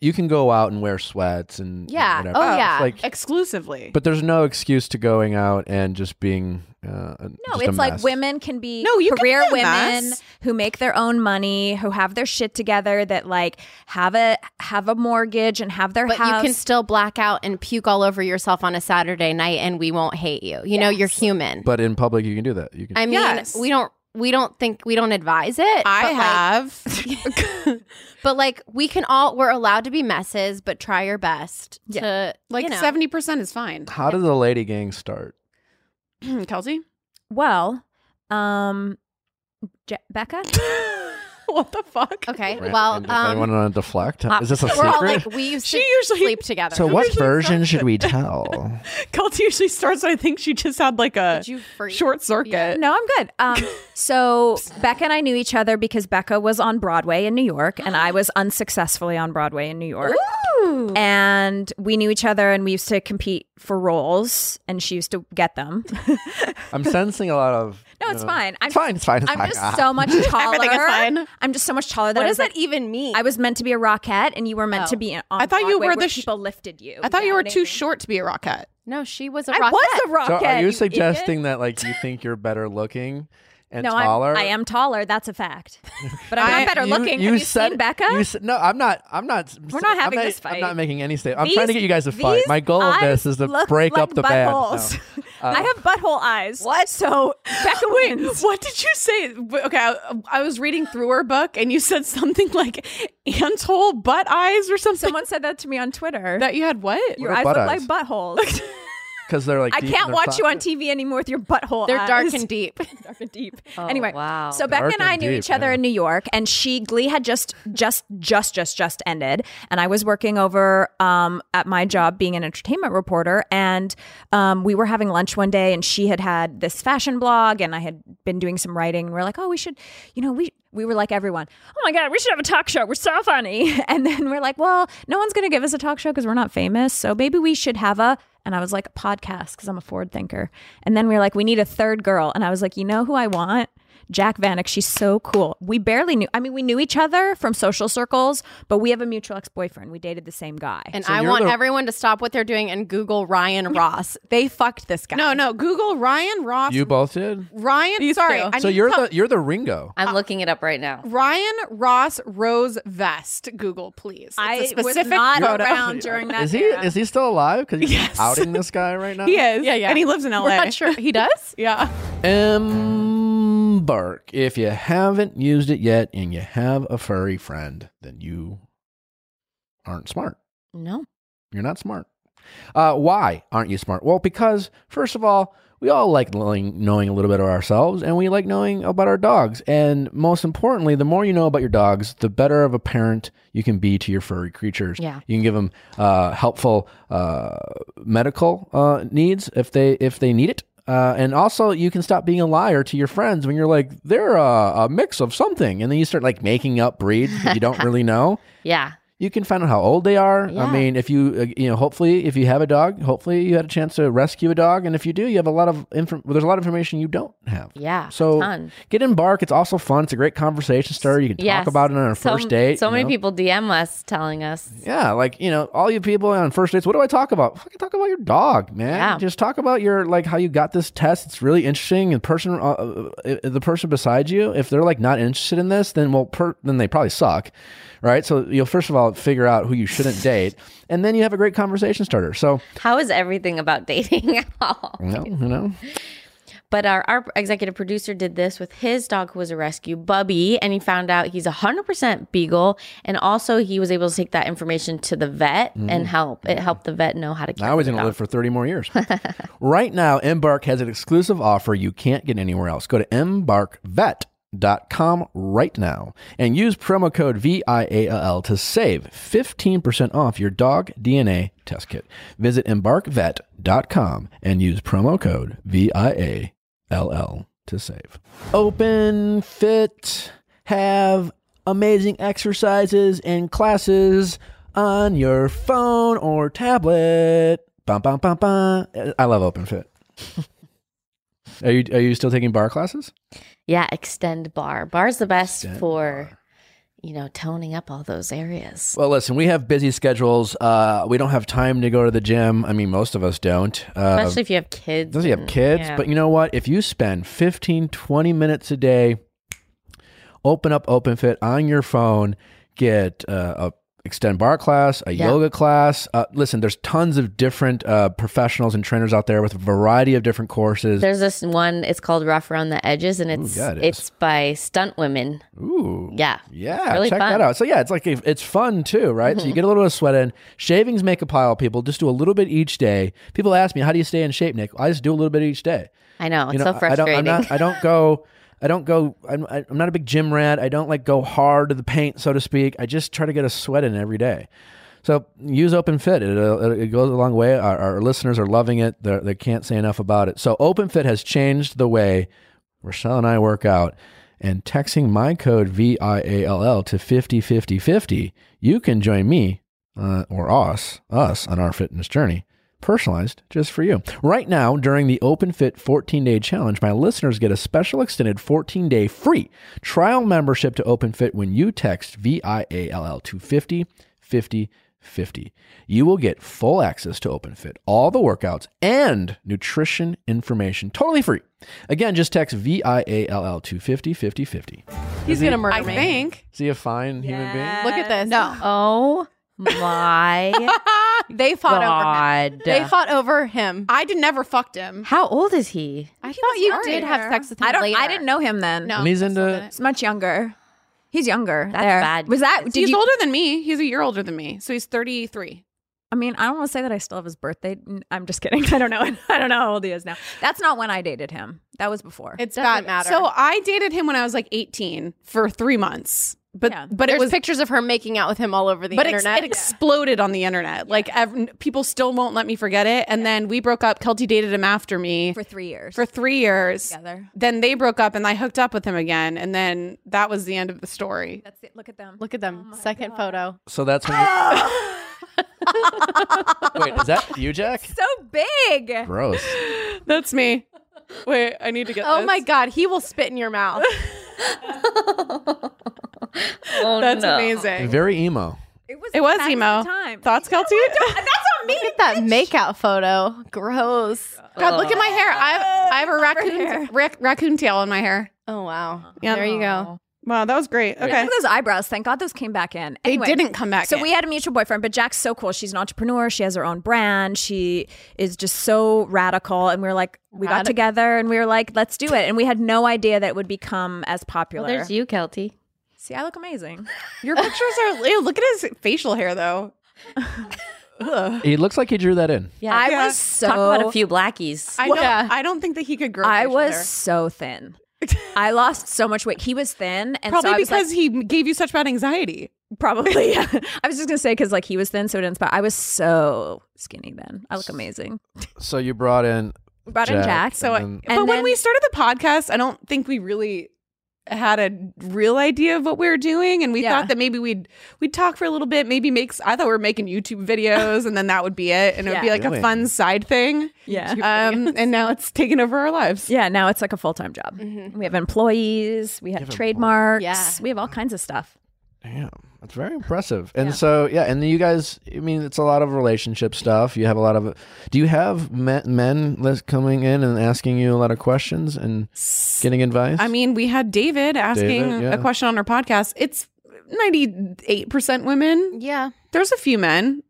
you can go out and wear sweats and and
Yeah.
whatever.
Oh,
Oh,
yeah.
like
exclusively.
but there's no excuse to going out and just being uh,
No, it's like women can be
No, you can
career
be a
women
mess.
who make their own money, who have their shit together, that like have a have a mortgage and have their
but
house.
you can still black out and puke all over yourself on a Saturday night and we won't hate you. You know, you're human.
but in public you can do that you can
I mean,
Yes.
we don't we don't think we don't advise it.
I
but, like-
have.
but like we can all we're allowed to be messes, but try your best
Yeah.
to
like
you know.
seventy percent is fine.
how did the lady gang start
Kelsey,
well, um, Je- Becca,
what the fuck?
Okay.
Ran-
Well,
and does anyone
um,
want to deflect
uh,
is this a
we're all
secret
like we used
She
to
usually-
sleep together.
so what version should we tell
Kelsey usually starts. I think she just had like a
Did you freak?
short circuit.
no, I'm good. Um, so Becca and I knew each other because Becca was on Broadway in New York, and I was unsuccessfully on Broadway in New York.
Ooh.
And we knew each other, and we used to compete for roles, and she used to get them.
i'm sensing a lot of uh,
No, it's fine. I'm
it's fine it's fine it's
I'm
fine
just
Ah.
so much
Everything is
taller.
fine.
I'm just so much taller. That
What
I
does
was
that
like,
even mean?
I was meant to be a rockette, and you were meant to be an. On
e-? Oh. I thought you
Broadway
were
where
the sh-
people lifted you.
I thought you
know
were
what I
too
mean?
short to be a rockette.
No, she was a
I
rockette.
was a rockette.
so are you
idiot.
suggesting that like you think you're better looking and
No,
taller
I'm, I am taller. That's a fact. But I'm
I-
not better looking. Have you
said-
seen Becca?
you said- no, I'm not. I'm not.
We're not
I'm
having this fight.
I'm not making any statement. I'm
These-
trying to get you guys to fight.
these
My goal of
eyes
this is to
look
break
like
up the band.
buttholes.
No. Uh,
I have butthole eyes. What? So Becca wins.
What did you say? W- Okay, I, I was reading through her book, and you said something like "anthole butt eyes" or something.
Someone said that to me on Twitter.
that you had what?
Your
What are
eyes
butt
look like
eyes?
buttholes.
Because they're like.
I
deep in
can't
their
watch you on
pocket.
TV anymore with your butthole.
They're dark
eyes.
and deep.
dark and deep.
Oh,
anyway,
wow.
So Becca
Dark
and I
and
knew
deep,
each other
yeah.
in New York, and she Glee had just just just just just ended, and I was working over um, at my job being an entertainment reporter, and um, we were having lunch one day, and she had had this fashion blog, and I had been doing some writing. And we are like, oh, we should, you know, we. We were like everyone. Oh my god, we should have a talk show. We're so funny. And then we're like, well, no one's going to give us a talk show because we're not famous. So maybe we should have a and I was like, a podcast, because I'm a forward thinker. And then we were like, we need a third girl. And I was like, you know who I want? Jack Vanek. She's so cool. We barely knew. I mean, we knew each other from social circles, but we have a mutual ex boyfriend. We dated the same guy.
And
So
I
you're
want
the-
everyone to stop what they're doing and Google Ryan Ross. they fucked this guy.
No, Oh, no. Google Ryan Ross.
You both did.
Ryan. sorry.
two.
I
So
need
you're
to tell-
the you're the Ringo.
I'm looking it up right now.
Ryan Ross Rose Vest. Google, please. It's a
I was
specific
not
photo.
around during that
Is he
era.
is he still alive? Because you're
Yes.
outing this guy right now.
He is. Yeah, yeah. And he lives in LA.
We're not sure he does.
Yeah.
Embark. If you haven't used it yet and you have a furry friend, then you aren't smart.
no.
You're not smart. Uh, why aren't you smart? Well, because first of all, we all like knowing, knowing a little bit of ourselves and we like knowing about our dogs. And most importantly, the more you know about your dogs, the better of a parent you can be to your furry creatures.
Yeah.
You can give them uh, helpful uh, medical uh, needs if they if they need it. Uh, and also, you can stop being a liar to your friends when you're like, they're uh, a, a mix of something. And then you start like making up breeds that you don't really know
Yeah.
you can find out how old they are.
Yeah.
I mean, if you uh, you know, hopefully, if you have a dog, hopefully you had a chance to rescue a dog, and if you do, you have a lot of inf- well, there's a lot of information you don't have.
Yeah.
So
ton.
get embark. It's also fun. It's a great conversation starter. You can
Yes.
talk about it on a
So-
first date.
So
you
many
know?
people DM us telling us.
Yeah, like you know, all you people on first dates. What do I talk about? Fucking talk about your dog, man.
Yeah.
Just talk about your like how you got this test. It's really interesting. And person, uh, uh, uh, the person beside you, if they're like not interested in this, then well, per- then they probably suck, right? So you'll first of all figure out who you shouldn't date, and then you have a great conversation starter. So
How is everything about dating at all?
you know, you know,
But our, our executive producer did this with his dog who was a rescue, Bubby, and he found out he's 100% Beagle. And also, he was able to take that information to the vet and help. It helped the vet know how to care
Mm-hmm. now
for
he's
the
gonna
dog.
live for thirty more years. right now, Embark has an exclusive offer you can't get anywhere else. Go to embarkvet.com viail.com right now and use promo code VIAL to save 15% off your dog DNA test kit. Visit embarkvet.com and use promo code VIALL to save. Open, fit, have amazing exercises and classes on your phone or tablet. Bum, bum, bum, bum. I love OpenFit. Are you are you still taking bar classes?
Yeah, extend bar. Bar's the best
Extend
for, you know, toning up all those areas.
Well, listen, we have busy schedules. Uh, we don't have time to go to the gym. I mean, most of us don't. Uh,
Especially if you have kids.
does he have
and-
kids?
yeah.
But you know what? If you spend 15, 20 minutes a day, open up OpenFit on your phone, get uh, a extend bar class, a
Yeah.
yoga class. Uh, listen, there's tons of different uh, professionals and trainers out there with a variety of different courses.
There's this one. It's called Rough Around the Edges, and it's
yeah, it is.
it's by stunt women.
Ooh.
Yeah,
Yeah,
really
check that
fun. Mm-hmm.
out. So yeah, it's like a, it's fun too, right? So you get a little bit of sweat in. Shavings make a pile. People just do a little bit each day. People ask me, "How do you stay in shape, Nick?" I just do a little bit each day.
I know. It's
You know,
so
I- I don't.
frustrating.
I'm not. I don't go. I don't go. I'm, I- I'm not a big gym rat. I don't like go hard to the paint, so to speak. I just try to get a sweat in every day. So use Open Fit. It, uh, it goes a long way. Our, our listeners are loving it. They're, they can't say enough about it. So Open Fit has changed the way Rochelle and I work out. And texting my code VIALL to 505050, you can join me uh, or us, us on our fitness journey personalized just for you. Right now, during the OpenFit 14 day challenge, my listeners get a special extended 14 day free trial membership to OpenFit when you text VIALL to 50 50 50. You will get full access to OpenFit, all the workouts, and nutrition information totally free. Again, just text VIALL to 50 50 50.
He's gonna murder Uh,
I think.
Is he a fine human being?
Look at this.
No.
oh my
They fought over him.
god!
They fought over him.
I did never fucked him.
How old is he?
I thought you did have
older.
sex with him.
I don't.
Later.
I didn't know him then.
No.
And he's
that's
into-
not it.
He's much younger. He's younger.
That's
there.
bad.
Was that? Did
he's
you?
older than me. He's a year older than me. So he's 33.
I mean, I don't want to say that I still have his birthday. N- I'm just kidding. I don't know. I don't know how old he is now. That's not when I dated him. That was before.
It's
Doesn't
bad.
matter.
So I dated him when I was like 18 for three months. But
Yeah.
but
There's
it was
pictures of her making out with him all over the
but ex-
internet.
it exploded on the internet. Like ev- people still won't let me forget it. And then we broke up. Kelty dated him after me
for three years.
for three years.
together.
Then they broke up, and I hooked up with him again. And then that was the end of the story.
That's it. Look at them.
Look at them.
Oh my
Second
God.
photo.
So that's when you. Wait, is that you, Jack?
So big.
Gross.
That's me. Wait, I need to get.
Oh
this.
my god, he will spit in your mouth.
Oh,
That's
no.
amazing.
Very emo.
was.
It was
fast at
emo.
the time.
Thoughts, Kelty?
Look at that makeout photo. Gross.
Oh God, look at my hair. I have, I have a raccoon rac- raccoon tail in my hair.
Oh wow.
Yeah.
There you go.
Wow, that was great. Okay.
Look at those eyebrows. Thank God those came back in.
They
Anyway,
didn't come back.
So
in.
we had a mutual boyfriend, but Jack's so cool. She's an entrepreneur. She has her own brand. She is just so radical. And we were like, we got
Radical.
together and we were like, let's do it. And we had no idea that it would become as
Well,
popular.
there's you, Kelty.
See, I look amazing.
your pictures are. ew, look at his facial hair though. Ugh.
He looks like he drew that in.
Yeah,
I
Yeah.
was so.
talk about a few blackies.
I don't.
Yeah.
I don't think that he could grow.
I
facial
was
hair.
so thin. I lost so much weight. He was thin, and
probably
so I was like-
because he gave you such bad anxiety.
probably. yeah. I was just gonna say because like he was thin, so it didn't. But I was so skinny then. I look amazing.
So you brought in
We brought in
Jack.
Jack.
So, I-
And
but
then-
when we started the podcast, I don't think we really had a real idea of what we were doing, and we
Yeah.
thought that maybe we'd we'd talk for a little bit, maybe makes. I thought we were making YouTube videos, and then that would be it, and it would be
Yeah.
like a
Really?
fun side thing.
Yeah.
Um, and now it's taken over our lives.
Yeah, now it's like a full time job.
Mm-hmm.
We have employees, we have,
have
trademarks,
Yeah.
we have all kinds of stuff.
Damn, that's very impressive. And so, yeah, and you guys, I mean, it's a lot of relationship stuff. You have a lot of. Do you have men, men lis- coming in and asking you a lot of questions and getting advice?
I mean, we had David asking
David, yeah.
a question on our podcast. It's ninety eight percent women.
Yeah.
There's a few men.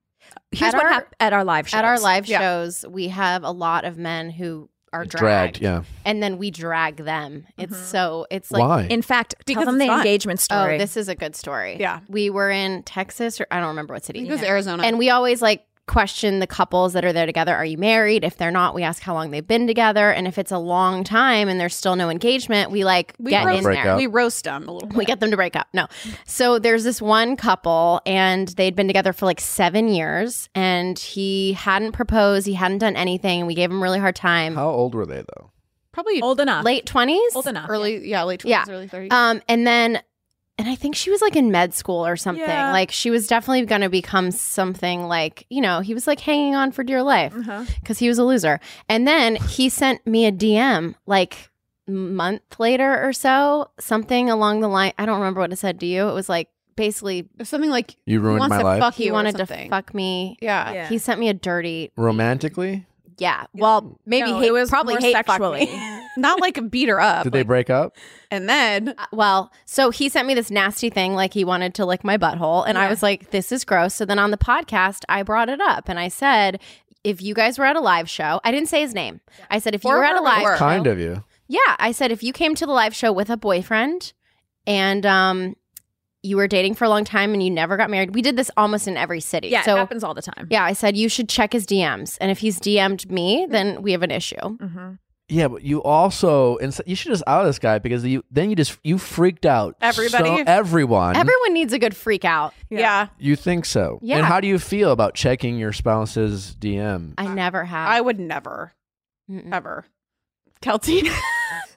Here's
At
what
our-
happened at our live show.
At our live
Yeah.
shows, we have a lot of men who are
dragged,
dragged,
yeah.
and then we drag them. It's
Mm-hmm.
so it's like
Why?
In fact,
Because
tell them
it's
the
fun.
engagement story.
Oh, this is a good story.
Yeah.
We were in Texas or I don't remember what city.
I think it was Arizona.
And we always like question the couples that are there together are you married if they're not we ask how long they've been together and if it's a long time and there's still no engagement we like
We
get
roast
in
Break
there
up.
We roast them a little bit.
we get them to break up. No. So there's this one couple, and they'd been together for like seven years, and he hadn't proposed, he hadn't done anything, and we gave him a really hard time.
How old were they though?
Probably
Old enough.
Late 20s?
Old enough.
early, yeah, late 20s,
Yeah.
early 30s.
Uh,
Um, and then, and I think she was like in med school or something.
Yeah.
Like she was definitely going to become something like, you know, he was like hanging on for dear life
Uh-huh.
because he was a loser. And then he sent me a DM like month later or so, something along the line. I don't remember what it said to you. It was like basically
Something like
You
he
ruined
wants
my
to
life.
fuck
he
you or
wanted to
something.
fuck me.
Yeah.
Yeah.
He sent me a dirty,
Romantically?
yeah. Well, maybe
No,
hate
it was
probably
more
hate fuck
sexually.
me.
Not like beat her up.
Did they
like-
break up?
and then
Uh, Well, so he sent me this nasty thing, like he wanted to lick my butthole, and I
Yeah.
was like, "This is gross." So then on the podcast, I brought it up, and I said, "If you guys were at a live show, I didn't say his name. I said if you
Or
were at
her
a live
or her.
show,
Kind of you.
yeah, I said if you came to the live show with a boyfriend, and um, you were dating for a long time and you never got married, we did this almost in every city.
Yeah,
so
it happens all the time.
yeah, I said you should check his DMs, and if he's DM'd
Mm-hmm.
me, then we have an issue.
Mm-hmm.
Yeah, but you also and so- you should just out this guy because you then you just you freaked out
Everybody?
so- everyone.
Everyone needs a good freak out.
yeah.
you think so?
Yeah.
And how do you feel about checking your spouse's DM?
I never have.
Uh, I would never
Mm-mm.
ever. Kelty. no,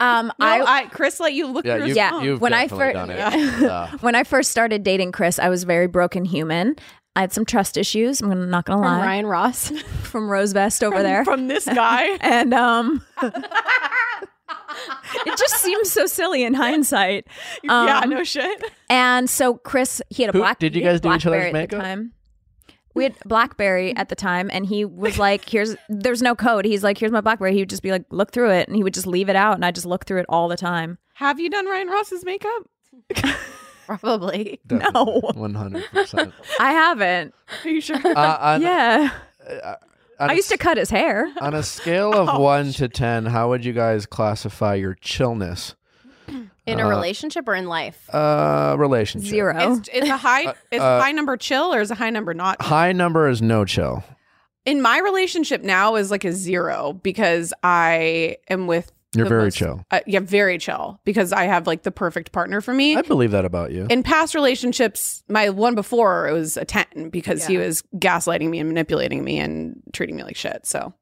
Um, I
I, Chris let you look through his
yeah,
phone.
you've
when I
definitely
fir-
done it.
Yeah.
Uh,
when I first started dating Chris, I was very broken human. I had some trust issues. I'm gonna- not gonna
From
lie.
Uh, Ryan Ross.
From Rose Vest over there.
from this guy.
and um it just seems so silly in hindsight. Um,
yeah, no shit.
And so Chris, he had a
Who-
black.
did you
he had
guys do each other's
Blackberry at the
makeup?
time. We had BlackBerry at the time, and he was like, "Here's there's no code." He's like, "Here's my BlackBerry." He would just be like, "Look through it," and he would just leave it out, and I just look through it all the time.
Have you done Ryan Ross's makeup?
Probably.
definitely, one hundred percent. Uh,
I haven't.
Are you sure?
Yeah,
On
I
a
used to
s-
cut his hair.
on a scale of one to ten, how would you guys classify your chillness?
In a relationship or in life?
Uh, relationship
Zero.
It's, it's a high is
uh,
high number chill or is a high number not?
High number is no chill.
In my relationship now is like a zero because I am with
You're
the
very
most-
chill.
Uh, yeah, very chill because I have like the perfect partner for me.
I believe that about you.
in past relationships, my one before it was a 10 because he was gaslighting me and manipulating me and treating me like shit. So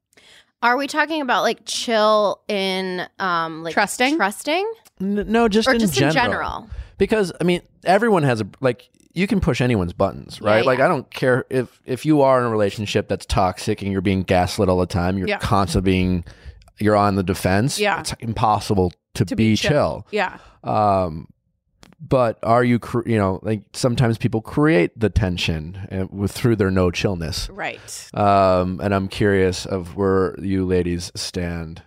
Are we talking about like chill in um like
Trusting?
trusting
N- no, just
or
in
just
general.
in general?
because I mean, everyone has a like. You can push anyone's buttons, right?
Yeah,
Like
yeah.
I don't care if if you are in a relationship that's toxic and you're being gaslit all the time. You're
Yeah.
constantly being you're on the defense.
Yeah.
it's impossible to,
To
be,
be
chill.
chill. yeah.
Um, but are you cr- you know like sometimes people create the tension uh, with through their no chillness.
Right.
Um, and I'm curious of where you ladies stand.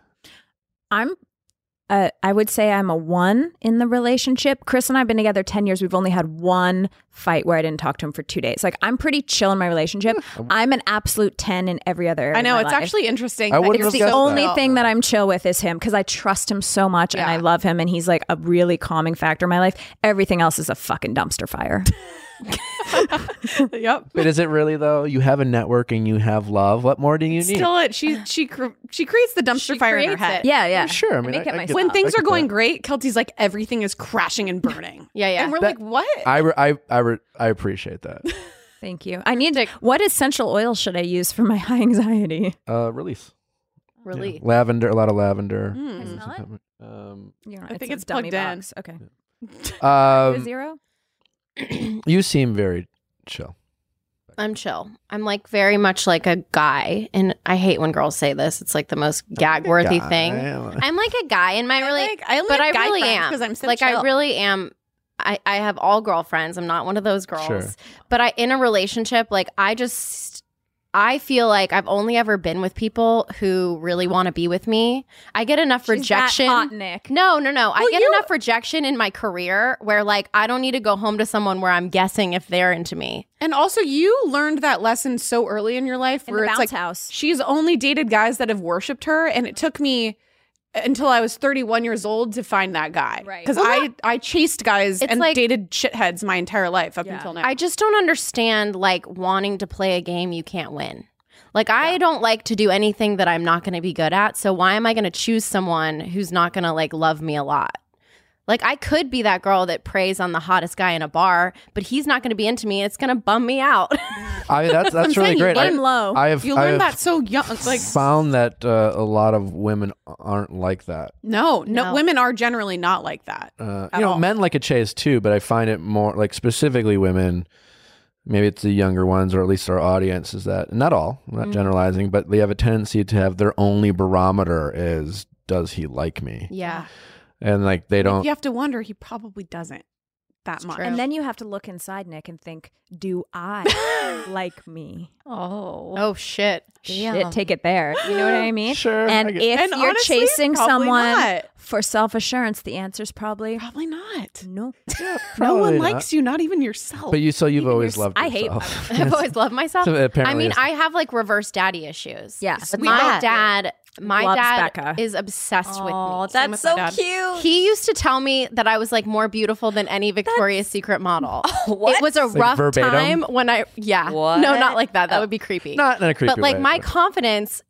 I'm. Uh, I would say I'm a one in the relationship. Chris and I've been together ten years. We've only had one fight where I didn't talk to him for two days. Like I'm pretty chill in my relationship. I'm an absolute ten in every other. Area
I
of
know
my
it's
life.
actually interesting.
I
that
wouldn't
you're
have
It's the
guessed
so
that.
only
chill.
thing that I'm chill with is him because I trust him so much and I
Yeah.
love him and he's like a really calming factor in my life. Everything else is a fucking dumpster fire.
yep.
But is it really though? You have a network and you have love. What more do you need?
Still, it she she cr- she creates the dumpster
She
fire in her
creates
head.
it.
yeah, yeah.
Sure. I mean, I-
make it
I
myself.
get-
When
I
things
get
are going
that.
great, Kelty's like everything is crashing and burning.
Yeah, yeah.
and we're
That-
like, what?
I re- I I, re- I appreciate that.
Thank you. I need to. What essential oil should I use for my high anxiety?
Uh, release. Yeah.
Really.
Lavender, a lot of lavender.
Mm.
It's not?
Um,
You're right,
I think
a
it's
dummy
plugged in.
box. Okay.
um,
Zero.
you seem very chill.
I'm chill. I'm like very much like a guy, and I hate when girls say this. It's like the most gag worthy
God,
thing.
I-
I'm like a guy in my really,
I only
but
have
I
guy
really
friends
am.
'cause I'm so
like I
chill.
really am. I, I have all girlfriends. I'm not one of those girls.
Sure.
But I in a relationship, like I just I feel like I've only ever been with people who really want to be with me. I get enough rejection.
hot, Nick.
No, no, no. I
Well,
get
you-
enough rejection in my career where like I don't need to go home to someone where I'm guessing if they're into me.
And also, you learned that lesson so early in your life
In the
where it's like
bounce house.
she's only dated guys that have worshipped her, and it took me until I was 31 years old to find that guy.
Right.
Because I, I chased guys
It's
and
like-
dated shitheads my entire life up
Yeah.
until now.
I just don't understand like wanting to play a game you can't win. Like I don't like to do anything that I'm not going to be good at. So why am I going to choose someone who's not going to like love me a lot? Like I could be that girl that preys on the hottest guy in a bar, but he's not going to be into me. It's going to bum me out.
I mean, that's that's really
saying you
great. I-
aim low.
I have
you
I
learn
have
that so young. Like,
found that uh, a lot of women aren't like that.
no, no,
No.
women are generally not like that.
Uh,
At
you know,
all.
men like a chase too, but I find it more like specifically women. Maybe it's the younger ones, or at least our audience is that. Not all, I'm not generalizing, but they have a tendency to have their only barometer is does he like me,
yeah.
and like they don't.
You have to wonder, he probably doesn't that
It's
much.
true.
And then you have to look inside, Nick, and think, do I like me?
Oh.
Oh shit.
Shit, take it there. You know what I mean?
Sure,
And
I get-
if
And
you're
honestly,
chasing
probably
someone
not.
for self assurance, the answer's probably
Probably not.
no.
No one
Probably not.
likes you, not even yourself.
But you, so you've
Even
always
your-
loved.
I hate-
yourself.
I've always loved myself.
So apparently
I mean,
it's-
I have like reverse daddy issues.
Yeah.
But
We
my
all do.
dad, my
Loves
dad
Becca.
is obsessed with me.
Oh,
Same
that's
with
so
my dad.
cute.
He used to tell me that I was like more beautiful than any Victoria's Secret model.
Oh, what?
It was a
Like
rough
verbatim?
time when I yeah.
What? Oh.
No, not like that. That would be creepy.
not in a creepy
but like
way,
my confidence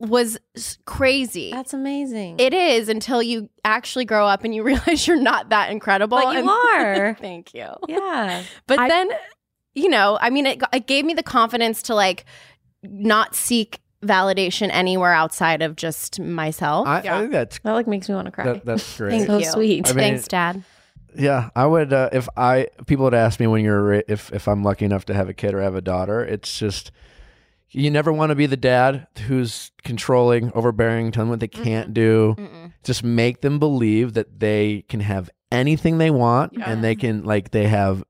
was s- crazy.
that's amazing.
it is until you actually grow up and you realize you're not that incredible.
but you
and-
are.
Thank you.
yeah.
But
I-
then, you know, I mean, it, it gave me the confidence to like not seek validation anywhere outside of just myself.
I, I
Yeah.
think that's
That like makes me want to cry.
that, that's great.
Thank
so
you.
sweet.
I mean-
Thanks, Dad.
Yeah, I would. Uh, if I people would ask me when you're ra- if if I'm lucky enough to have a kid or have a daughter, it's just you never want to be the dad who's controlling, overbearing, telling them what they can't do.
Mm-mm.
Just make them believe that they can have anything they want,
Yeah.
and they can like they have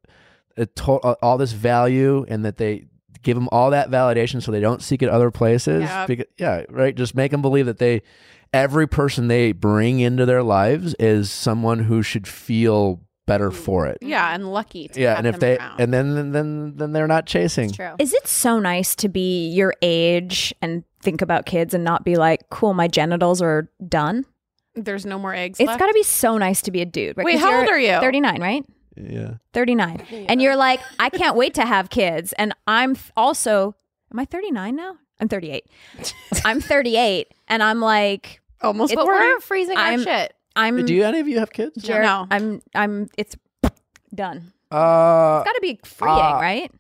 a to- uh, all this value, and that they give them all that validation so they don't seek it other places.
Yeah.
Because, yeah, right. Just make them believe that they every person they bring into their lives is someone who should feel better for it.
yeah, and lucky. To
Yeah,
have
and if
them
they
around.
and then then- then then they're not chasing.
It's true.
Is it so nice to be your age and think about kids and not be like, cool, my genitals are done?
there's no more eggs.
It's
left.
got to be so nice to be a dude. right?
Wait,
'Cause
how
you're
old are you?
39, right?
Yeah.
39. And you're like, I can't wait to have kids. And I'm th- also, am I 39 now? I'm 38. I'm 38. And I'm like,
almost.
It's
what
But
were
we're
you?
freezing
I'm-
our shit.
I'm,
Hmm.
Do you, any of you have kids?
Jared,
No.
I'm, I'm, it's done.
Uh,
It's got to be freeing,
uh,
right?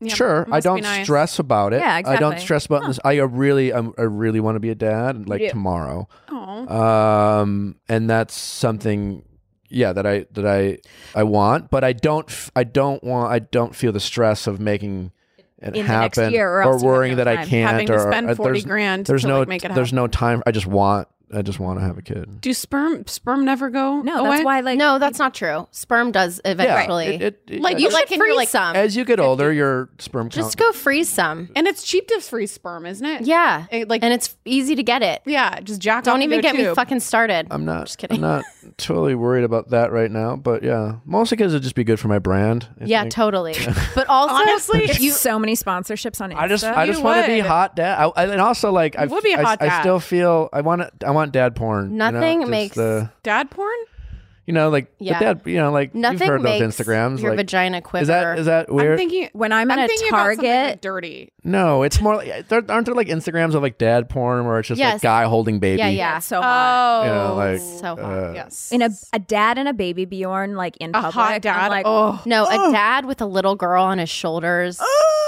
Yeah,
sure.
it
I
must be
don't
nice.
stress about it.
Yeah,
I don't
exactly.
stress about this. I really, um, I really want to be a dad, like
do.
tomorrow.
Oh.
um and that's something yeah that i that i i want but i don't f- i don't want i don't feel the stress of making it
In the next
happen
year or
or,
else you have
worrying
no
that i
time.
can't
Having
or
to spend
or
40
there's,
grand
there's
to,
no
like, make it
there's
happen.
no time i just want i just want to have a kid
Do sperm sperm never go?
No,
away?
that's why, like,
No, that's not true. Sperm does eventually.
it- it- it-
Like,
uh,
you
you
should
like can you
freeze
like some.
as you get older your sperm count
Um, Just go freeze some.
And it's cheap to freeze sperm, isn't it?
Yeah.
It, like,
and it's easy to get it.
yeah, just jack off
Don't
and
even
go
get me
tube.
fucking started.
I'm not
Just kidding.
I'm not totally worried about that right now, but yeah, mostly because it'd just be good for my brand. I
yeah,
think.
totally. But also,
Honestly,
It's
you
so many sponsorships on Insta.
I just I
You
just want to be
would.
hot dad, I, I- and also like I,
You would be a
I-
hot
I,
dad.
still feel I want to, I want dad porn. you know,
Nothing
just
makes-
the,
dad porn?
you know like
Yeah.
yeah. dad you know like
nothing
you've heard those
makes
Instagrams
your
like
vagina quiver.
is that is that
I'm
weird?
thinking
when I'm,
I'm
at
thinking
a
about something, like,
Target,
dirty.
no, it's more like there, aren't there like Instagrams of like dad porn where it's just
Yes.
like guy holding baby.
yeah, yeah. Uh,
yeah, so hot.
Oh,
You know, like
So hot.
uh,
yes.
in a, a dad and a baby Bjorn, like in
a
public. I'm
hot dad.
like,
oh,
no, a dad with a little girl on his shoulders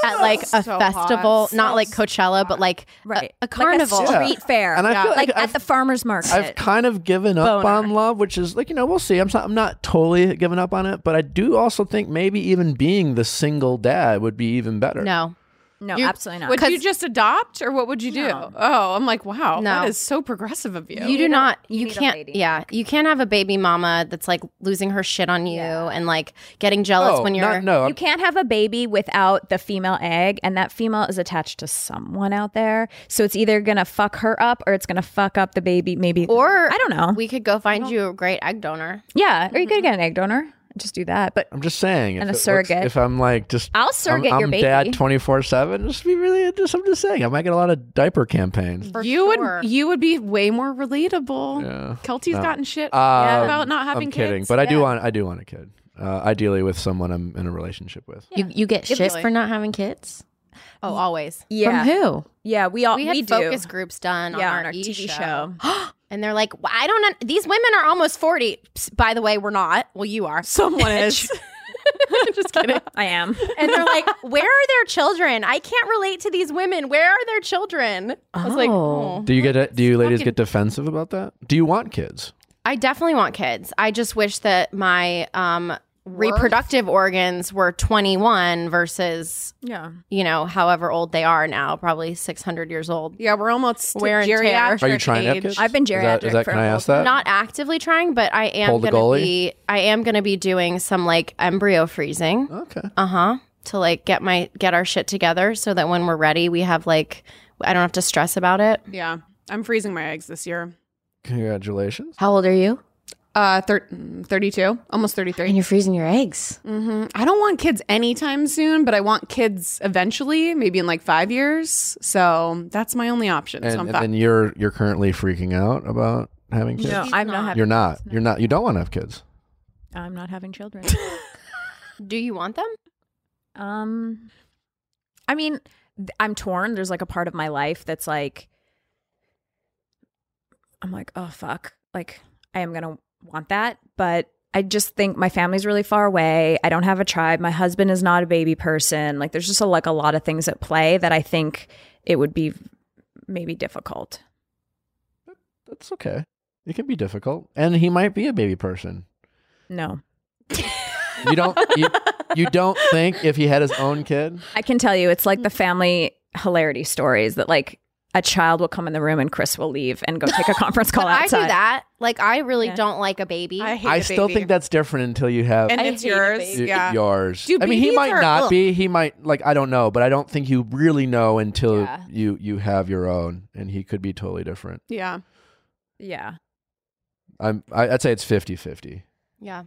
at like a
So hot.
festival,
So,
not like Coachella, but like
right.
a, a carnival.
like a street fair,
And I feel
like
like
at
I've-
the farmer's market.
I've kind of given up
Boner.
on love, which is like you know we'll see. I'm not, I'm not totally giving up on it, but I do also think maybe even being the single dad would be even better.
no,
no,
You-
absolutely not.
Would you just adopt, or what would you do?
No.
Oh, I'm like, wow,
No.
that is so progressive of you.
you do
a-
not.
you
You,
need a
can't.
lady.
Yeah, you can't have a baby mama that's like losing her shit on you
Yeah.
and like getting jealous
No,
when you're.
Oh, not- no,
You can't have a baby without the female egg, and that female is attached to someone out there. So it's either gonna fuck her up or it's gonna fuck up the baby. Maybe
Or
I don't know.
We could go find you a great egg donor.
yeah, or you could get an egg donor just do that. But
I'm just saying.
And
if
a
it looks-
surrogate.
if I'm like just,
I'll
I'm,
surrogate your
I'm
baby.
dad 24 seven. Just be really. Just I'm just saying. I might get a lot of diaper campaigns.
For
you
sure.
would you would be way more relatable.
Yeah.
Kelty's
No.
gotten shit
Um,
about not having
I'm
kids.
kidding, but I do want. I do want a kid. Uh, ideally, with someone I'm in a relationship with.
You you get shit
Definitely.
for not having kids?
Oh, always.
yeah,
From who?
yeah, we all
We
we,
had
do.
focus groups done
yeah,
on,
on our
E!
TV show.
and they're like, well, I don't. Un- These women are almost forty. Psst, by the way, we're not. Well, you are.
Someone is.
Just kidding.
I am.
And they're like, Where are their children? I can't relate to these women. Where are their children? I was like,
Oh.
"Oh."
Do you get? Do you ladies get defensive about that? Do you want kids?
I definitely want kids. I just wish that my um, reproductive organs were 21 versus,
Yeah.
you know, however old they are now, probably 600 years old.
yeah, we're almost to
Wear and tear.
geriatric
Are you trying to have
age.
kids?
I've been
Is that-
geriatric
Is that?
for
Can I
a
ask that?
Not actively trying, but I am
Pull the goalie?
going to be I am going to be doing some like embryo freezing.
okay.
Uh-huh. To like get my get our shit together so that when we're ready, we have like I don't have to stress about it.
Yeah, I'm freezing my eggs this year.
Congratulations.
How old are you?
Uh, thir- mm, 32, almost 33.
And you're freezing your eggs.
hmm I don't want kids anytime soon, but I want kids eventually, maybe in like five years. So that's my only option. so
And,
I'm
and
fine.
then you're you're currently freaking out about having kids.
No, I'm not. having
You're not. You're not. You don't want to have kids.
I'm not having children.
Do you want them?
Um, I mean, th- I'm torn. There's like a part of my life that's like, I'm like, oh fuck, like I am gonna want that, but I just think my family's really far away. I don't have a tribe. My husband is not a baby person. Like, there's just a, like a lot of things at play that I think it would be maybe difficult.
That's okay. It can be difficult, and he might be a baby person.
No,
You don't. you, you don't think if he had his own kid.
I can tell you, it's like
Mm.
the family hilarity stories that like a child will come in the room and Chris will leave and go take a conference call
But I
outside.
do that. Like I really
Yeah.
don't like a baby.
I hate
I
a
still
baby.
think that's different until you have
And
I
it's
hate a
yours.
baby.
y-
Yeah.
yours.
Do
I mean, he
babies
might
are-
not
ugh.
be. He might like I don't know, but I don't think you really know until
Yeah.
you you have your own, and he could be totally different.
Yeah.
Yeah.
I'm. I, I'd say it's 50-50.
yeah.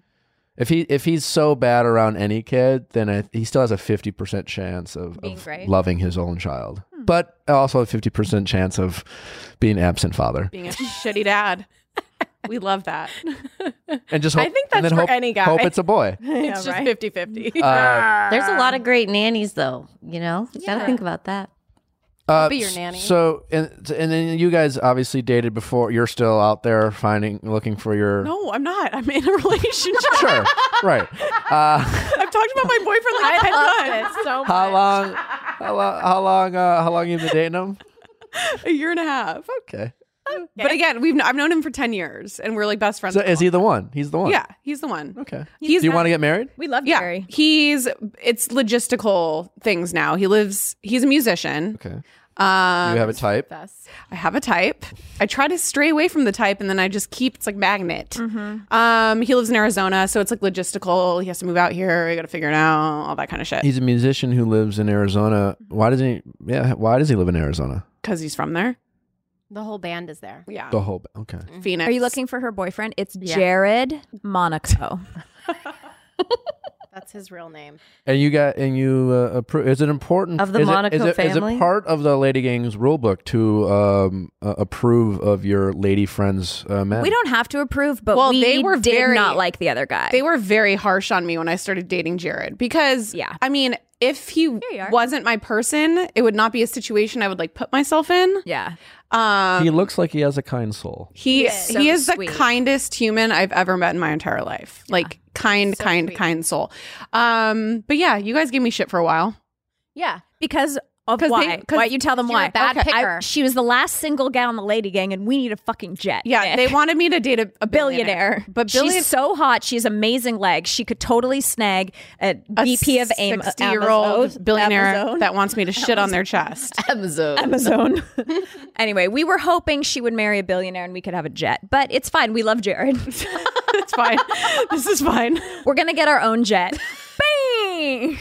If he if he's so bad around any kid, then I, he still has a fifty percent chance of,
Being
of
great.
loving his own child,
Hmm.
but also a fifty percent chance of being absent father,
Being a shitty dad. We love that.
and just hope,
I think
and then
that's for
hope,
any guy.
Hope it's a boy.
it's just 50 50.
Uh,
There's a lot
Um,
of great nannies though, you know? You gotta think about that.
uh,
be your
s-
nanny.
So and and then you guys obviously dated before. You're still out there finding looking for your
no, I'm not. I'm in a relationship.
sure right. Uh,
I've talked about my boyfriend like 10 times.
so
how long? How long? How long? Uh, how long you been dating him?
A year and a half.
Okay.
But again, we've kn- I've known him for 10 years and we're like best friends.
So is he the one? He's the one.
Yeah, he's the one.
Okay.
He's
Do you
not-
want to get married?
We love
Yeah.
Jerry.
He's it's logistical things now. He lives he's a musician.
Okay.
Um
you have a type.
I have a type. I try to stray away from the type, and then I just keep. It's like magnet.
Mm-hmm.
Um, he lives in Arizona, so it's like logistical. He has to move out here. We got to figure it out. All that kind of shit.
He's a musician who lives in Arizona.
Mm-hmm.
Why does he? Yeah, why does he live in Arizona?
Because he's from there.
The whole band is there.
Yeah,
The whole okay.
Phoenix.
Mm-hmm. Are you looking for her boyfriend? It's Jared Monaco.
That's his real name.
And you got and you uh, approve. Is it important
Of the
is it-
Monaco
is it, is it
family?
part of the Lady Gang's rule book to um, uh, approve of your lady friends' uh, men?
we don't have to approve, but
Well,
we
they were
did
very-
not like the other guy.
They were very harsh on me when I started dating Jared because.
Yeah.
I mean, if he
you are.
wasn't my person, it would not be a situation I would like put myself in.
yeah.
Um,
He looks like he has a kind soul.
he he,
is so
is
sweet.
the kindest human I've ever met in my entire life. Like kind, kind, kind soul. Um, but yeah, you guys gave me shit for a while.
Yeah.
Because of
'Cause they-
why?
'cause
why you tell them
you're a
why?
bad
I-
picker.
she was the last single gal in the lady gang, and we need a fucking jet.
Yeah,
Nick.
they wanted me to date a, a
billionaire.
billionaire, but billion,
she's so hot. She has amazing legs. She could totally snag a,
a
VP of aim,
sixty-year-old
Amazon-
billionaire
Amazon.
that wants me to shit on their chest.
Amazon.
Amazon. anyway, we were hoping she would marry a billionaire and we could have a jet, but it's fine. We love Jared.
It's fine. this is fine.
we're gonna get our own jet. Bang!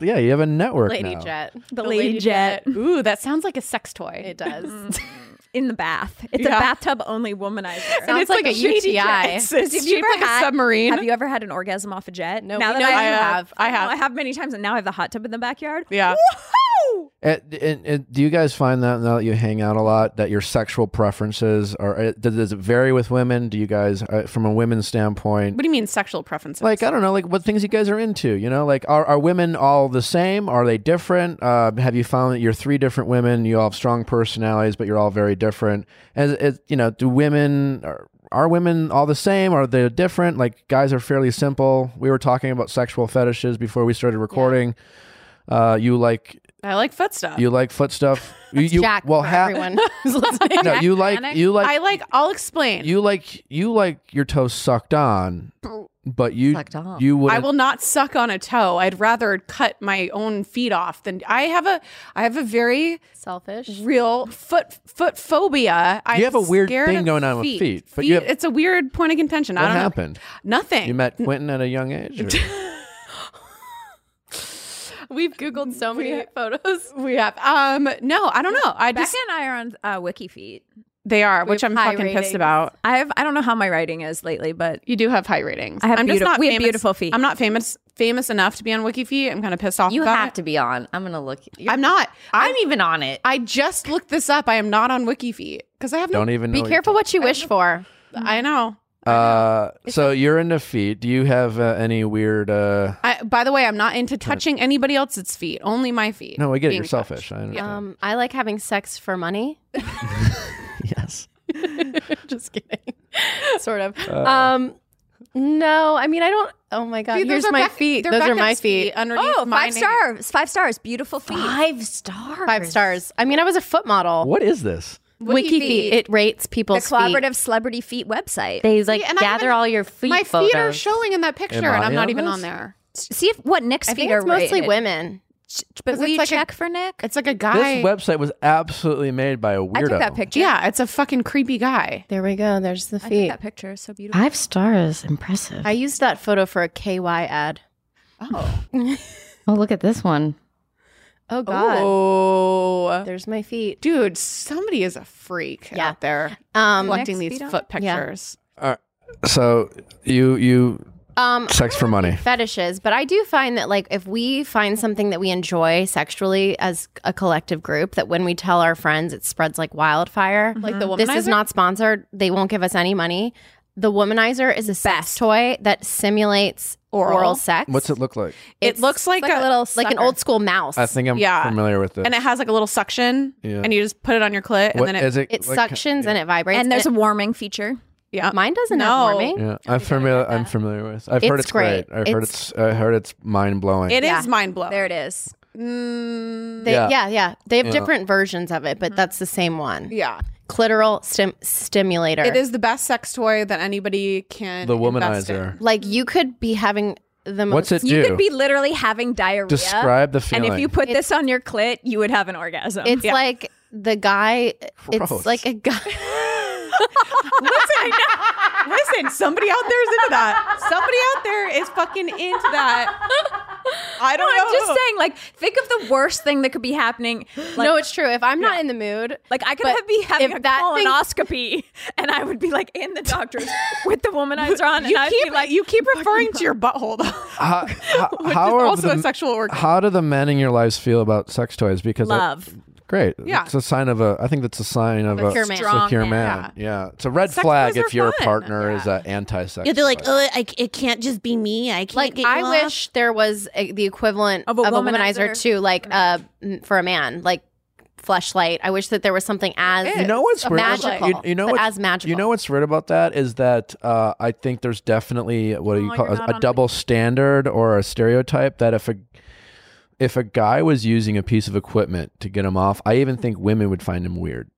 Yeah, you have a network
Lady
now.
Jet.
The, lady, jet.
Ooh, that sounds like a sex toy.
It does.
in the bath. It's
Yeah.
a bathtub only womanizer.
Sounds
it's
like a
a shady
UTI.
jet. It's, it's
Have you
shaped
ever
like
had-
a submarine.
Have you ever had an orgasm off a jet?
No,
now
we
that
know
I,
you
I
have. I have.
I have many times, and now I have the hot tub in the backyard.
yeah.
Woohoo!
And, and, and do you guys find that now that you hang out a lot that your sexual preferences are uh, does, does it vary with women? Do you guys, uh, from a women's standpoint,
What do you mean sexual preferences?
like I don't know, like what things you guys are into? You know, like are are women all the same? Are they different? Uh, have you found that you're three different women? You all have strong personalities, but you're all very different. As, as you know, do women are are women all the same? Are they different? Like guys are fairly simple. We were talking about sexual fetishes before we started recording. Uh, you like
I like foot stuff.
you like foot stuff. You, you
Jack
well
for
ha-
everyone who's listening.
No, you like you like
I like. I'll explain.
you like you like your toes sucked on, but you
Sucked on.
you would
I will not suck on a toe. I'd rather cut my own feet off than I have a. I have a very
Selfish.
real foot foot phobia. I'm
You have a weird
scared
thing
of
going on with feet, but you have-
it's a weird point of contention. I
What
don't
happened?
know. Nothing.
You met Quentin at a young age. or-
We've Googled so many photos.
we have um no i don't know i
Becca
just
and I are on uh, Wiki Feet.
they are
We
which
have
i'm
high
fucking
ratings.
pissed about
I have. I don't know how my writing is lately, but
you do have high ratings
I have
I'm just
beautif-
not
we have
famous-
beautiful feet.
i'm not famous famous enough to be on wiki feet i'm kind of pissed off
You
about
have
it.
to be on. I'm gonna look. You're,
i'm not
I'm
i
even on it.
i just looked this up i am not on wiki feet because i have no
Don't even
Be
know
careful what you wish for.
i know
What uh, so you're into feet. Do you have uh, any weird? Uh,
I, by the way i'm not into touching anybody else's feet only my feet
no, I get it.
being
You're selfish.
touched.
I understand.
Um, I like having sex for money.
yes. Uh.
Just kidding. sort of. um, no, I mean I don't. Oh my god!
See, those
here's
are
my
Beck-
feet.
they're
Those are my
Becca's
feet.
underneath
oh,
my
five
name.
stars, five stars, beautiful feet.
Five stars.
Five stars. I mean, I was a foot model.
What is this?
Wiki,
Wiki
feet.
Feet.
It rates
The
people's
collaborative celebrity feet website.
They like
and I
gather
even-
all your feet.
my
photos.
feet are showing in that picture
I
and i'm not
on
even
this?
on there
See if what Nick's
feet. I think
feet are
it's mostly
rated.
women.
But will
it's
you
like a-
check for Nick?
it's like a
This
guy
website was absolutely made by a weirdo.
I took that picture.
yeah it's a fucking creepy guy
There we go. There's the
I took
feet.
that picture. It's so beautiful.
Five stars. Impressive.
I used that photo for a KY ad.
oh
oh, look at this one.
Oh god.
oh
There's my feet.
dude somebody is a freak
Yeah.
out there
Um,
collecting
Next
these
speedo?
foot
Yeah.
pictures
So you you
um,
sex for money.
fetishes, but I do find that like if we find something that we enjoy sexually as a collective group, that when we tell our friends, it spreads like wildfire.
like the womanizer
This is not sponsored. They won't give us any money. The womanizer is a sex toy that simulates oral, sex.
What's it look like?
it looks like,
like a little
like an
sucker.
old school mouse?
I think I'm
Yeah.
familiar with this.
and it has like a little suction
Yeah.
and you just put it on your clit
What
and then it,
is it?
it
like-
suctions and it vibrates.
and there's a
it-
warming feature.
yeah
mine doesn't
No.
have warming.
Yeah, I'm familiar. I'm familiar with. I've heard
It's
it's great.
great.
I've heard
It's-
it's. I heard it's mind blowing.
It is
Yeah.
mind blowing
There it is.
mm,
They, yeah.
Yeah.
yeah, They have
Yeah.
different versions of it, but that's the same one.
yeah
Clitoral stim- stimulator.
it is the best sex toy that anybody can
the
invest in.
womanizer.
like you could be having the most.
What's it
You
do?
could be literally having diarrhea.
Describe the feeling.
And if you put this on your clit, you would have an orgasm.
It's like the guy. It's
Gross.
like a guy.
listen somebody out there is into that somebody out there is fucking into that i don't know
I'm just saying, like, think of the worst thing that could be happening. Like,
no, it's true. If I'm not in the mood,
like I could
but
have be having
if
a
that thing-
colonoscopy, and I would be like in the doctor's with the womanizer on, and
you
I'd be
keep,
like,
you keep referring to your butthole though
how, how,
which
how
is
are
also
the,
a sexual organ
How do the men in your lives feel about sex toys? Because I-
love.
great.
Yeah.
it's a sign of a. I think that's a sign of a
Secure man.
Strong
secure
man.
man. Yeah. it's a red
Sex
flag
toys
if
are
your
fun.
partner is uh, anti-sex.
Yeah, they're like,
toy.
oh, I, it can't just be me. I can't
like
get
I
you off."
wish there was a, the equivalent
Of a
womanizer,
womanizer.
too, like uh, m- for a man, like fleshlight. I wish that there was something as
You know what's weird? about-
magical.
You, you know
but
what's-
as magical.
You know what's weird about that is that uh, I think there's definitely what do you
Oh,
call
you're
a,
not
a
on
double standard or a stereotype that if a if a guy was using a piece of equipment to get him off, I even think women would find him weird.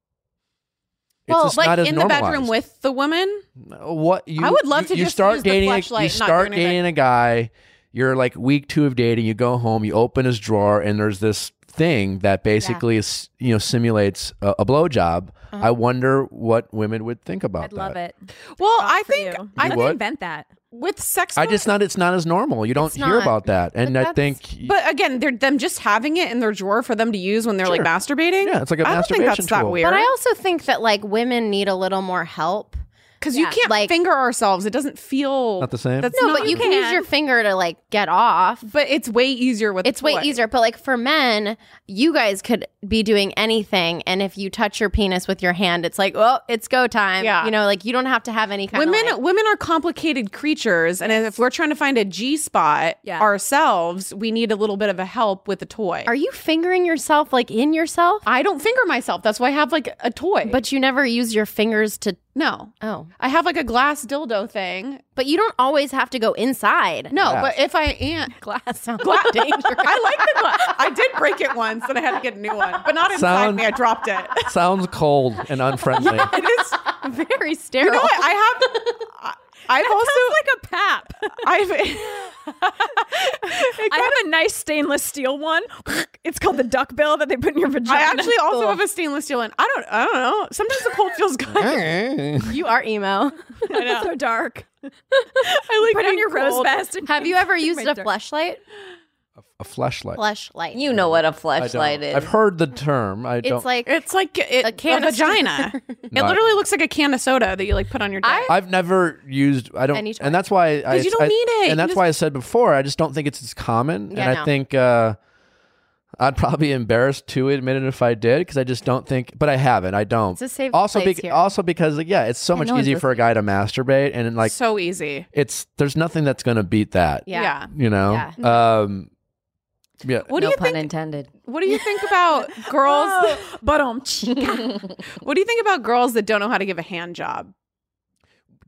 It's
well
just
like
not as
in the bedroom
normalized.
with the woman
what you,
I would love
you-
to
you
just
start
use the
dating a-
fleshlight,
you
not
start
doing anything.
dating a guy you're like week two of dating you go home you open his drawer and there's this thing that basically is you know simulates a, a blowjob
Uh-huh.
I wonder what women would think about
I'd
that
love it.
Well, I
for
think
you.
I
Let's
would?
invent that.
with sex.
I just not. It's not as normal. You don't
It's
hear
not.
about that, and
But
I think.
But again, they're them just having it in their drawer for them to use when they're like
Sure.
masturbating.
Yeah, it's like a
I don't think that's
masturbation
that
tool.
weird.
But I also think that like women need a little more help.
because
yeah,
you can't
like-
finger ourselves. It doesn't feel
Not the same?
That's
No,
not-
but you can use your finger to like get off.
But it's way easier with.
It's way
toy.
easier. But like for men, you guys could be doing anything, and if you touch your penis with your hand, it's like, oh, it's go time.
Yeah.
you know, like you don't have to have any kind
Women,
of. Like,
women are complicated creatures, and if we're trying to find a G spot
Yeah.
ourselves, we need a little bit of a help with a toy.
are you fingering yourself like in yourself?
I don't finger myself. That's why I have like a toy.
But you never use your fingers to.
no,
Oh,
I have like a glass dildo thing.
but you don't always have to go inside.
No, but if I am,
glass sounds
Gla-
dangerous.
I like the glass. I did break it once, and I had to get a new one, but not inside
Sound-
me. I dropped it.
Sounds cold and unfriendly.
It is.
very sterile.
You know what? I have. I've also
like a pap.
I've.
I have a nice stainless steel one. It's called the duck bill that they put in your vagina.
I actually also have a stainless steel one. I don't. I don't know. Sometimes the cold feels good.
you are emo.
it's so dark.
I like
Put on
being
your rose
cold.
vest. And
Have you ever used a
dark-
flashlight?
a flashlight.
Flashlight.
You know what a
I don't-
fleshlight is.
I've heard the term. I don't.
It's like
It's like it,
A
a,
can of
vagina. it
No, I-
literally looks like a can of soda that you like put on your. Dick.
I've never used. I don't,
Any toy.
and that's why I.
'Cause you don't
I-
need it. You
And that's
just-
why I said before. I just don't think it's as common,
Yeah,
and
no.
I think uh, I'd probably be embarrassed to admit it if I did, because I just don't think. But I haven't. I don't.
It's a safe
also,
place here.
also because like, yeah, it's so much
no one's
easier for a guy to masturbate, and like
so easy.
it's there's nothing that's gonna beat that.
Yeah.
yeah.
You know. Um. Yeah.
What do
no
you
pun
think?
intended.
What do you think about girls?
But um,
What do you think about girls that don't know how to give a hand job?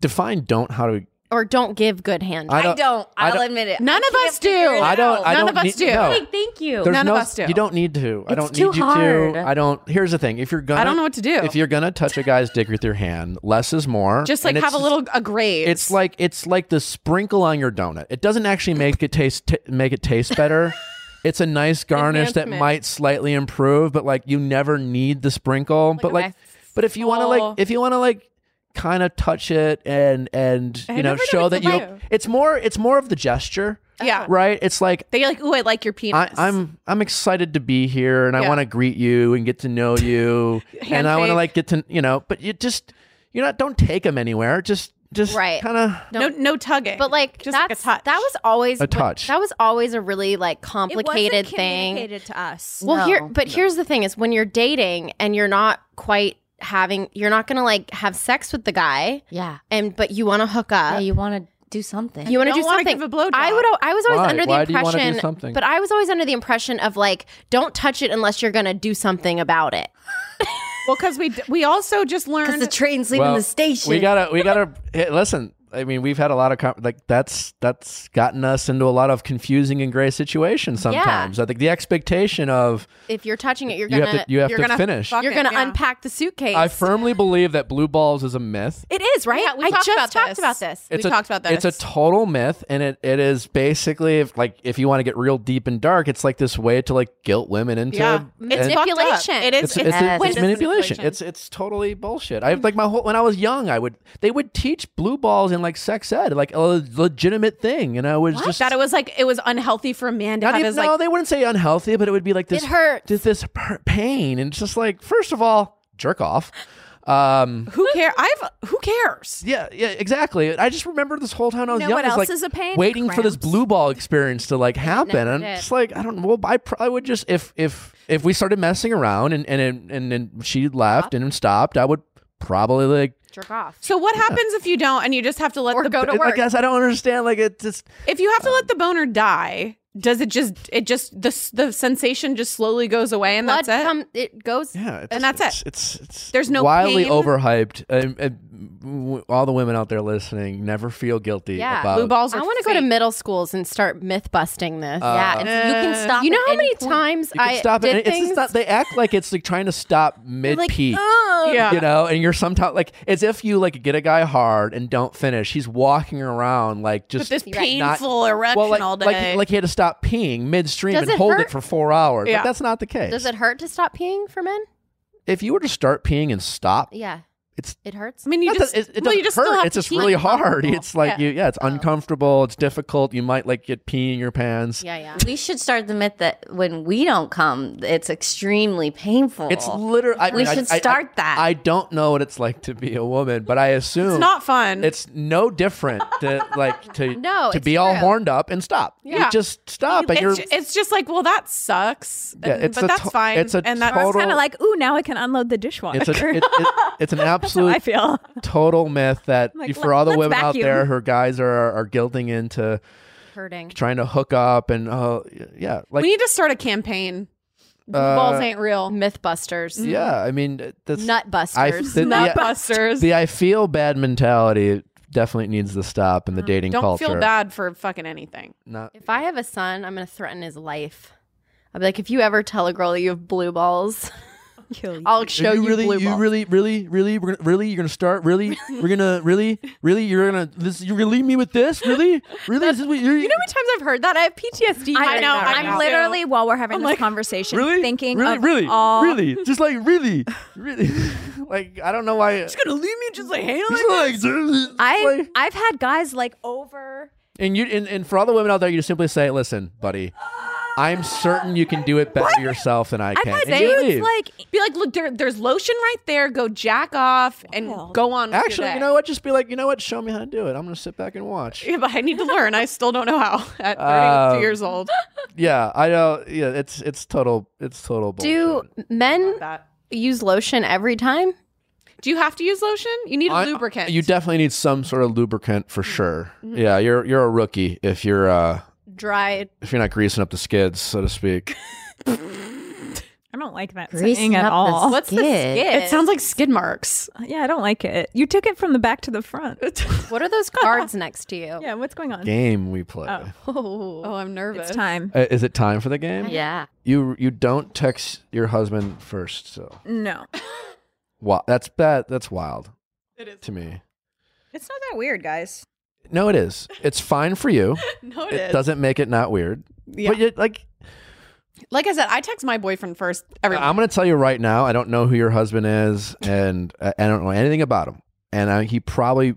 Define don't how to.
or don't give good hand.
I don't. I
I'll
don't-
admit it.
None
I
of
can't
us do.
figure it
I don't.
out.
I
None
don't
of us
need-
do.
no.
Hey, thank you.
There's
None of
no-
us do.
You don't need to. I
It's
don't
too
need you
hard.
to. I don't. Here's the thing. If you're gonna,
I don't know what to do.
If you're gonna touch a guy's dick with your hand, less is more.
just like
And it's
have a little a grade.
It's like it's like the sprinkle on your donut. It doesn't actually make it taste t- make it taste better. It's a nice garnish that
Enhancement.
might slightly improve, but like you never need the sprinkle. but like, but if you want to
Oh.
like, if you want to like, kind of touch it and and
I
you know
never
show that
noticed
you,
the bio.
it's more it's more of the gesture,
yeah.
right? It's like
They like, ooh, I like
I,
your penis.
I'm I'm excited to be here, and I
Yeah.
want to greet you and get to know you, and I want to
Handshake.
like get to you know. But you just you're not don't take them anywhere. Just just
Right.
kind of
no no tugging.
But like
Just like a
that's
touch.
that was always
A touch.
That was always a really like complicated thing.
to us.
Well,
No.
here, but here's the thing: is when you're dating and you're not quite having, you're not gonna like have sex with the guy,
yeah.
and but you want to hook up.
Uh,
Yeah,
you-
you want to do something.
want to
don't
do
wanna
something?
give a blowjob.
I would. al- I was always
Why?
under the
Why do you wanna do
impression.
something?
But I was always under the impression of like, don't touch it unless you're gonna do something about it.
well, because we d- we also just
Because
learned
the train's leaving
Well,
the station.
We gotta, we gotta hey, listen. I mean, we've had a lot of com- like that's that's gotten us into a lot of confusing and gray situations sometimes. I think the expectation of
If you're touching it, you're
you
gonna
have to you have
you're
to
gonna
finish.
fuck-
you're gonna
Yeah.
unpack the suitcase.
I firmly believe that blue balls is a myth.
it is right.
Yeah, we
I
talked
just
about
talked
this.
about this.
We
It's a-
talked about
It's a
this.
total myth, and it, it is basically if like if you want to get real deep and dark, it's like this way to like guilt women into
yeah,
and-
fucked up.
manipulation.
It is.
it's,
it's-
it's-
Yes. It
it's
is
manipulation.
manipulation.
It's it's totally bullshit. I like my whole when I was young, I would they would teach blue balls in like sex ed, like a legitimate thing, and I was just
that it was like it was unhealthy for a man to
not
have
even,
his
no,
like
they wouldn't say unhealthy, but it would be like this
It hurts.
this, this per- pain, and it's just like first of all, jerk off. Um,
who care I've who cares?
yeah, yeah, exactly. I just remember this whole time I was
know
young,
what
I was,
else
like,
is a pain?
waiting for this
Cramps.
blue ball experience to like happen, and
did.
it's like I don't know. Well, I probably would just if if if we started messing around and and and, and she left and stopped, I would probably like
Jerk off.
So what happens if you don't and you just have to let the
I
boner
Like, guess I don't understand. Like it just
if you have to let the boner die? Does it just it just the s- the sensation just slowly goes away and
blood
that's it?
come- it goes.
yeah, it's,
And that's
it's,
it.
It's, it's
There's no
wildly
pain.
overhyped. Um, uh, w- all the women out there listening, never feel guilty
Yeah.
about
Blue balls.
I
Are
want to go to
fake.
middle schools and start myth busting this.
yeah, it's, you can stop.
you know
at
how
any
many
point.
Uh,
times
You can
I
stop
did
it. It's
things.
just not. They act like it's like trying to stop mid
like, "Uh, oh,
peak.
Yeah.
you know, and you're sometimes like it's if you like get a guy hard and don't finish, he's walking around like just
this
not-
painful erection
well, like,
all day.
like he- like he had to stop peeing midstream
Does
and
it
hold
hurt?
it for four hours.
Yeah.
But that's not the case.
Does it hurt to stop peeing for men?
if you were to start peeing and stop,
Yeah.
it's
It hurts.
I mean, you
not
just
that it, it
well, you
doesn't
just still
hurt.
have
It's
to
just
pee
really
and you're
hard.
uncomfortable.
It's like
Yeah. Oh.
you, yeah, it's uncomfortable. It's difficult. You might like get pee in your pants.
yeah, yeah.
We should start the myth that when we don't come, it's extremely painful.
It's literally. I,
We
mean, I-
should
I- I-
start that.
I don't know what it's like to be a woman, but I assume
It's not fun.
It's no different to like to
No,
to
it's
be all
true.
horned up and stop.
Yeah.
You just stop, and
it's,
you're
ju- it's just like, well, that sucks.
Yeah,
And-
it's
but
a
that's
to-
fine.
it's a
and that's
total-
It's kind of like, ooh, now I can unload the dishwasher.
it's a it, it- it's an
That's how I
absolute
feel.
total myth that
like,
for
let-
all the
let's
women out
vacuum.
there who are guys are are guilting into
Hurting.
trying to hook up and oh yeah like
we need to start a campaign. Blue
Uh,
balls ain't real.
Mythbusters.
yeah I mean that's
Nutbusters.
I the,
Nut
the,
busters.
the I feel bad mentality definitely needs to stop in the dating
Mm, Don't
culture.
feel bad for fucking anything.
Not,
If I have a son, I'm going to threaten his life. I'll be like, if you ever tell a girl that you have blue balls, I'll show
Are
you,
really,
blue
you
balls.
really, really, really, we're gonna, really, you're gonna start. Really, we're gonna, really, really, you're gonna, this, you're gonna leave me with this. Really, really, this is what you're. You
How many times I've heard that? I have PTSD.
I,
hearing
know.
that right
I'm
now.
literally while we're having this conversation,
really
thinking
really,
of
really,
all.
really, just like really, really, like I don't know why. Just
gonna leave me just like handling
like,
I
like-
I've had guys like over.
and you and, and for all the women out there, you just simply say, "Listen, buddy, I'm certain you can do it better yourself than I can."
I've
And
had
you
dudes
leave.
like
Be like, look, there, there's lotion right there. Go jack off and go on. With your
Actually,
day.
you know what? Just be like, you know what? Show me how to do it. I'm gonna sit back and watch.
Yeah, but I need to learn. I still don't know how at 32
Uh,
years old.
yeah, I know. Yeah, it's it's total, it's total. Bullshit.
Do men
That.
use lotion every time?
Do you have to use lotion? You need a
I- uh,
lubricant. Mm-hmm.
You definitely need some sort of lubricant for sure. Yeah, you're you're a rookie if you're uh
Dry.
if you're not greasing up the skids, so to speak.
I don't like that
Greasing
saying at
up the
all.
What's the Skid. skid?
It sounds like skid marks.
yeah, I don't like it. You took it from the back to the front.
What are those cards next to you?
yeah, what's going on?
Game we play.
Oh, I'm nervous.
It's time.
Uh, is it time for the game?
yeah.
You you don't text your husband first, so
No,
wow, that's that that's wild
It is.
to me.
it's not that weird, guys.
No, it is. It's fine for you.
No,
it doesn't make it not weird.
Yeah.
But you like
Like I said, I text my boyfriend first. Every
I'm going to tell you right now. I don't know who your husband is, and uh, I don't know anything about him. And uh, he probably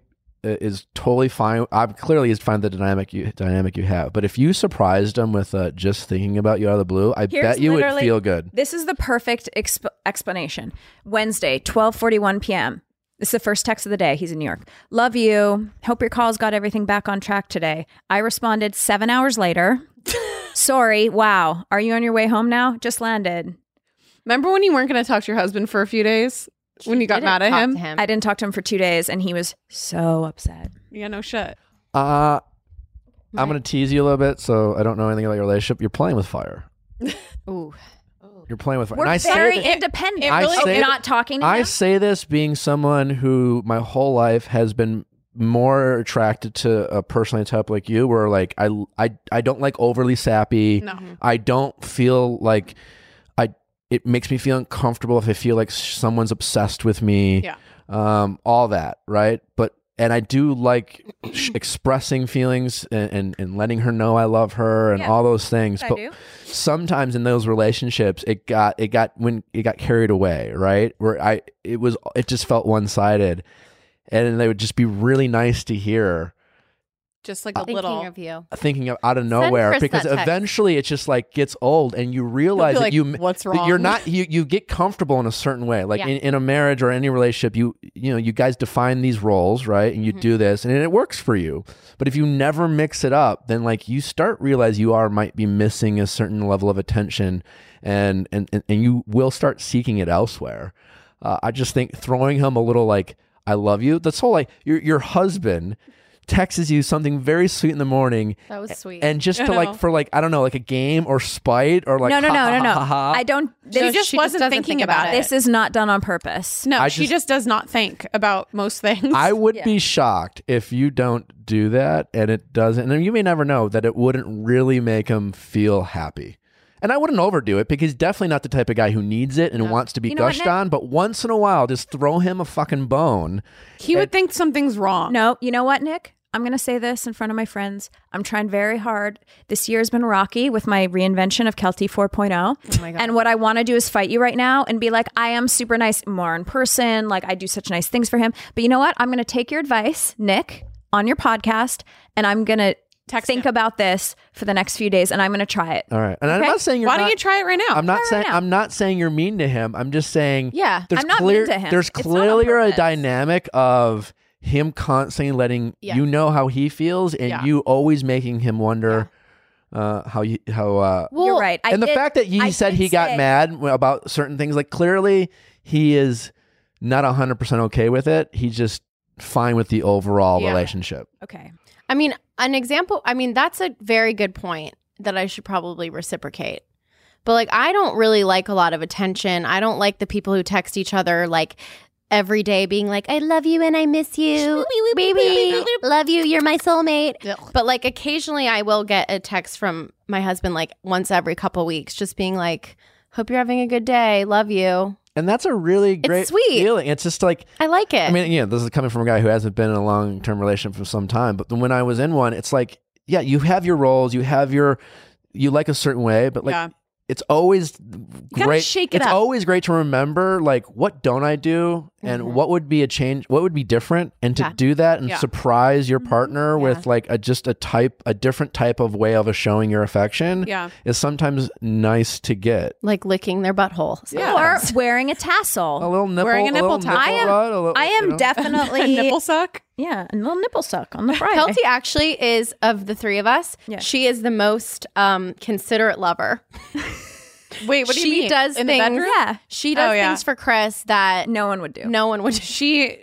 uh, is totally fine. I'm clearly is fine with the dynamic you dynamic you have. But if you surprised him with uh, just thinking about you out of the blue, I
Here's
bet you would
literally-
feel good.
This is the perfect exp- explanation. Wednesday, 12:41 p.m. This is the first text of the day. He's in New York. Love you. Hope your calls got everything back on track today. I responded 7 hours later. Sorry. Wow. Are you on your way home now? Just landed.
Remember when you weren't going to talk to your husband for a few days when you got
Didn't
mad at
talk
him?
to him.
I didn't talk to him for 2 days and he was so upset.
Yeah, no shit.
Uh, I'm going to tease you a little bit, so I don't know anything about your relationship. You're playing with fire.
Ooh.
You're playing with fire.
We're
and I say
very
that-
independent. Oh,
I really- say-
not talking to
I
him.
say this being someone who my whole life has been more attracted to a personality type like you, where like I I I don't like overly sappy.
No.
Mm-hmm.
I don't feel like I. It makes me feel uncomfortable if I feel like someone's obsessed with me.
Yeah.
Um. All that right, but. And I do like sh- expressing feelings and, and, and letting her know I love her and
Yeah.
all those things.
I
but
do.
sometimes in those relationships it got it got when it got carried away right where i it was it just felt one-sided and they would just be really nice to hear
Just like a
Thinking
little.
of you.
thinking of out of
Send
nowhere
Chris
because
that text.
eventually it just like gets old and you
He'll be
realize that
like,
you
what's
that
wrong?
you're not you you get comfortable in a certain way like
Yeah.
in, in a marriage or any relationship you you know you guys define these roles right and you do this and it works for you but if you never mix it up then like you start realize you are might be missing a certain level of attention and and and, and you will start seeking it elsewhere uh, i just think throwing him a little like i love you that's whole like your your husband texts you something very sweet in the morning
That was sweet.
and just to
know.
like for like I don't know like a game or spite or like
no, no,
ha,
no,
ha,
no, no.
ha, ha, ha.
I don't.
She
This,
just
she just
wasn't
doesn't
thinking
think
about,
about
it.
this is not done on purpose.
No,
I
she
just-
just does not think about most things.
I would be shocked if you don't do that and it doesn't. And you may never know that it wouldn't really make him feel happy. And I wouldn't overdo it because he's definitely not the type of guy who needs it and wants to be
You know what,
gushed
Nick?
on. But once in a while, just throw him a fucking bone.
he would think something's wrong.
No, you know what, Nick? I'm going to say this in front of my friends. I'm trying very hard. This year has been rocky with my reinvention of Kelty 4.0. Oh my God. And what I want to do is fight you right now and be like, I am super nice more in person. Like, I do such nice things for him. But you know what? I'm going to take your advice, Nick, on your podcast, and I'm going to think about this for the next few days and I'm going to try it.
All right. And I'm not saying you're
Why
not,
don't you try it right now?
I'm not
Try it
saying
now.
I'm not saying you're mean to him. I'm just saying
Yeah,
There's
I'm not
clear,
mean to him.
There's
It's not on
clearly a
purpose.
dynamic of him constantly letting
Yeah.
you know how he feels, and
Yeah.
you always making him wonder uh, how you how. Uh,
Well,
You're right. I
and the
did-
fact that
I
he said
did
he got
say-
mad about certain things, like clearly he is not hundred percent okay with it. He's just fine with the overall
Yeah.
relationship.
Okay.
I mean, an example, I mean, that's a very good point that I should probably reciprocate. But like, I don't really like a lot of attention. I don't like the people who text each other like every day being like, I love you and I miss you. Baby, love you. You're my soulmate. But like, occasionally I will get a text from my husband like once every couple weeks just being like, Hope you're having a good day. Love you.
And that's a really great
sweet.
feeling. It's just like
I like it.
Eh.
I mean, yeah, this is coming from a guy who hasn't been in a long term relationship for some time. But when I was in one, it's like, yeah, you have your roles, you have your, you like a certain way, but like,
Yeah.
it's always
gotta
great.
shake it
it's
up.
always great to remember, like, what don't I do, and what would be a change, what would be different, and to
Yeah.
do that and
Mm-hmm. Yeah. Mm-hmm.
surprise your partner with like a just a type, a different type of way of showing your affection
Yeah.
is sometimes nice to get.
like licking their butthole.
Or
Yeah.
wearing a tassel.
A little nipple,
Wearing a nipple
little
tie.
I am-
rub, a little-
I am
you know?
definitely
nipple suck.
Yeah, and a little nipple suck on the Friday.
Kelty actually is of the three of us.
Yeah.
She is the most um, considerate lover.
Wait, what do
she
you mean?
does
in
things.
the bedroom?
Yeah.
She does
Oh, yeah.
things for Chris that no,
no one would do.
one would. She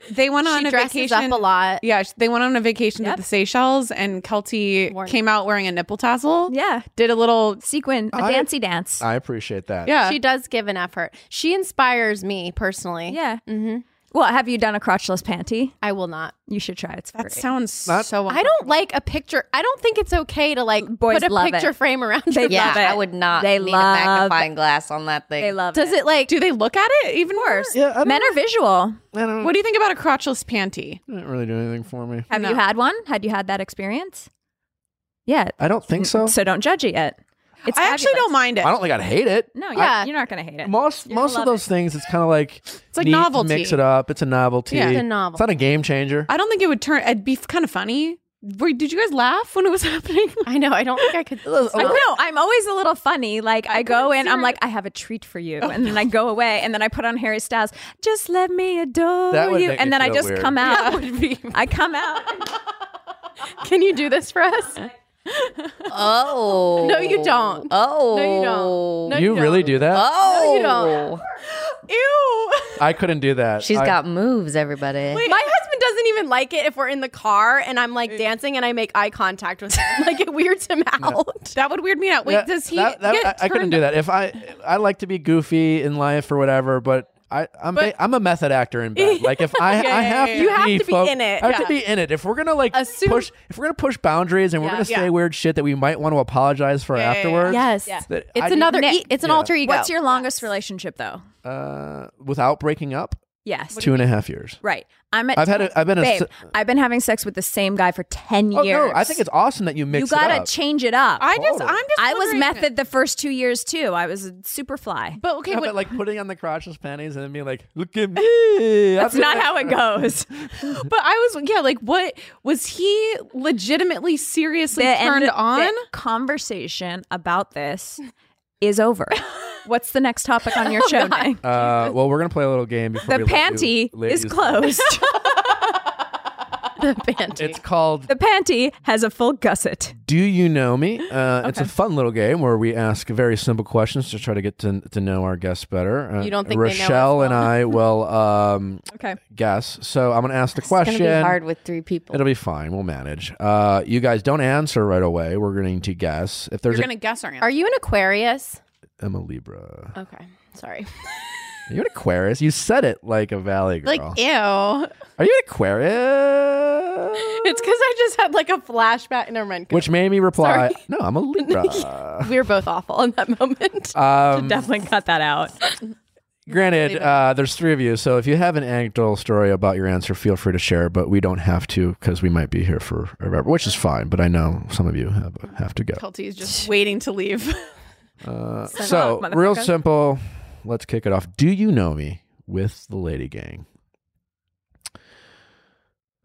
She they went on a
dresses
vacation
up a lot.
Yeah, sh- they went on a vacation
Yep.
to the Seychelles, and Kelty
Warning.
came out wearing a nipple tassel.
Yeah,
did a little.
sequin, a
I-
dancey dance.
I appreciate that.
Yeah,
She does give an effort. She inspires me personally.
yeah.
hmm
Well, have you done a crotchless panty?
I will not.
You should try. it. It's
that
great.
sounds
Not-
so.
I don't like a picture. I don't think it's okay to like
Boys
put a
love
picture
it.
frame around.
They
your-
Yeah, love it.
I would not
They
need
love-
a magnifying glass on that thing.
they love.
Does
it?
it like?
Do they look at it even worse?
Yeah, I don't-
Men are visual.
I don't,
What do you think about a crotchless panty?
didn't really do anything for me.
Have
No.
you had one? Had you had that experience? Yeah.
I don't
Mm,
think so.
So don't judge it yet. It's
I actually
fabulous.
don't mind it.
I don't think I'd hate it.
No, you're,
Yeah.
you're not going to hate it.
Most most of
love
those things, it's kind of like it's
like
Mix
novelty.
it up. It's a novelty.
Yeah. It's
a novel.
It's not a game changer.
I don't think it would turn. It'd be kind of funny. Were, did you guys laugh when it was happening?
I know. I don't think I could.
Oh.
I know. I'm always a little funny. Like I go in, I'm like, I have a treat for
Oh,
you, and then I go away, and then I put on Harry Styles. Just let me adore
That would
you,
make
and
me
then I
feel
just
weird.
come out. I come out.
Can you do this for us?
Oh.
No, you don't.
Oh.
No, you don't. No,
you really do that?
Oh.
you don't.
Ew.
I couldn't do that.
She's
I-
got moves, everybody.
My husband doesn't even like it if we're in the car and I'm like dancing and I make eye contact with him. Like it weirds him out.
That would weird me out. Wait,
Yeah,
does he?
that- that-
get
I, I couldn't
turned-
do that. If I I like to be goofy in life or whatever, but. I, I'm ba- I'm a method actor in bed. Like if I I have to
You have
be
to be
fo-
in it,
I have to
yeah.
be in it. If we're gonna like
Assume-
push, if we're gonna push boundaries and we're gonna say weird shit that we might want to apologize for
yeah, yeah.
afterwards.
Yes.
that I
It's
need-
another e- it's an
Yeah.
alter ego.
What's your longest relationship though?
uh, without breaking up,
Yes.
two and a half years.
Right. I'm at
I've had a- I've been a
babe,
s-
I've been having sex with the same guy for 10
Oh
years.
no, I think it's awesome that you
You
mix it
got
up.
to change it up. I,
I just.
Totally.
I'm just.
was
wondering-
method the first 2 years too. I was super fly.
But okay,
How
what,
about, like putting on the crotchless panties and then being like, "Look at me."
That's not how it goes.
but I was. Yeah, like what was he legitimately seriously
The end-
turned on?
the conversation about this is over. What's the next topic on your show? Nick?
Uh, well, we're gonna play a little game before
The
we let
panty
you ladies-
is closed.
It's called
the panty has a full gusset.
Do You Know Me? Uh, It's a fun little game where we ask very simple questions to try to get to, to know our guests better. Uh,
You don't think they know us
Rochelle and I will um,
Okay.
guess. So I'm gonna ask the
it's
question.
gonna be hard with three people.
It'll be fine. We'll manage. Uh, you guys don't answer right away. We're going to guess. If there's
You're
a,
gonna guess our answer.
Are you an Aquarius?
I'm a Libra.
Okay. Sorry.
Are you an Aquarius? You said it like a Valley girl.
like ew.
Are you an Aquarius?
It's because I just had like a flashback. Never mind.
Which made me reply, "No, I'm a Libra."
we were both awful in that moment.
um,
Definitely cut that out.
Granted, uh, there's three of you, so if you have an anecdotal story about your answer, feel free to share. But we don't have to because we might be here for forever, which is fine. But I know some of you have have to go.
Kelty is just waiting to leave.
Uh, so
off,
real
motherfucker.
simple. Let's kick it off. Do you know me with the Lady Gang?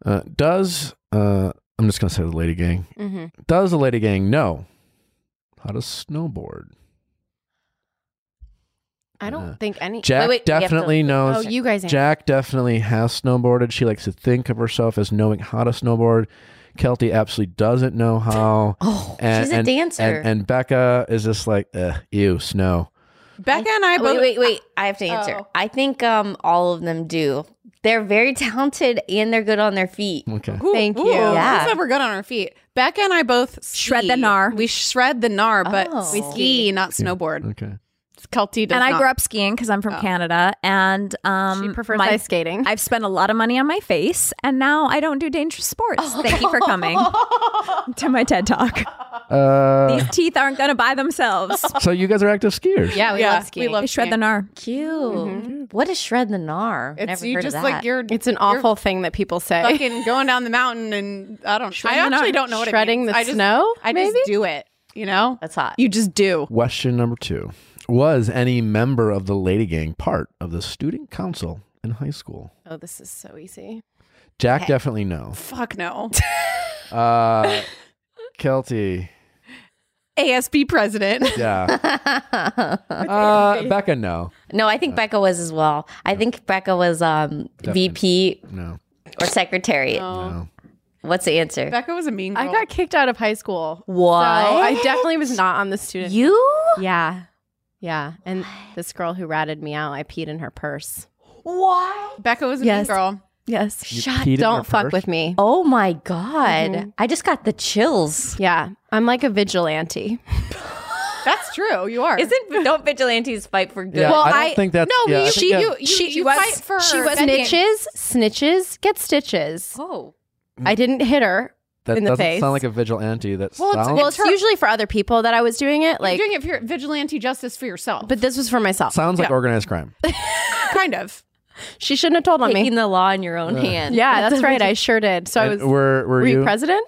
Uh, does uh, I'm just gonna say the Lady Gang.
Mm-hmm.
Does the Lady Gang know how to snowboard?
I don't
Uh,
think any.
Jack
wait, you have to-
definitely knows.
oh, you guys. answer.
Jack definitely has snowboarded. She likes to think of herself as knowing how to snowboard. Kelty absolutely doesn't know how.
Oh,
And-
she's a
and-
dancer.
And, and Becca is just like, Ugh, ew, snow.
Becca and I both.
wait, wait, wait. I have to answer.
Oh.
I think um all of them do. They're very talented and they're good on their feet.
Okay.
Ooh,
Thank
ooh,
you.
Yeah.
We said we're good on our feet. Becca and I both
Shred the
ski.
gnar.
We shred the gnar, but
Oh.
we
We
ski, not snowboard.
Okay.
Kelty does
and I
not.
grew up skiing because I'm from Canada, and um,
She prefers
my-
ice skating.
I've spent a lot of money on my face, and now I don't do dangerous sports.
Oh.
Thank you for coming to my TED Talk.
Uh,
These teeth aren't going to buy themselves.
so you guys are active skiers.
yeah, we
Yeah,
love skiing.
we love
They shred the gnar.
Cute. What is shred the gnar?
It's
Never
you
heard of
just
that.
like you're.
it's an awful thing that people say.
fucking going down the mountain and I don't. I
the
actually
gnar.
don't know what
Shredding
it
the
means. I just,
snow,
I
maybe?
just do it. You know,
That's hot.
you just do.
Question number two Was any member of the Lady Gang part of the student council in high school?
Oh, this is so easy.
Jack definitely no.
Fuck no.
Uh, Kelty,
ASB president.
yeah. Uh, Becca, no,
no, I think Becca was as well. I think Becca was um VP
no,
or secretary.
no.
What's the answer?
Becca was a mean girl.
I got kicked out of high school.
What?
So I definitely was not on the student.
you?
yeah. Yeah. And this girl who ratted me out, I peed in her purse.
Becca was a
Yes.
mean girl.
Yes.
You
Shut.
peed in her
Don't fuck
purse?
with me.
Oh my god. I just got the chills.
Yeah. I'm like a vigilante.
That's true. You are.
Isn't don't vigilantes fight for good?
Yeah,
Well,
I don't
I-
think that's
no,
yeah, I
you,
think
she,
that-
you, you,
she
you
was-
fight for.
she was
Becca.
Snitches, snitches get stitches.
oh.
I didn't hit her.
That
in the
doesn't
face.
sound like a vigilante. That
Well, it's-
sounds
Well, it's
her-
usually for other people that I was doing it. Like,
You're doing it for your vigilante justice for yourself,
but this was for myself.
sounds like
yeah.
organized crime.
kind of.
She shouldn't have told on
Taking
me.
the law in your own hand.
Yeah, that's right. I sure did. So I
And
was.
were were,
Were
you?
you president?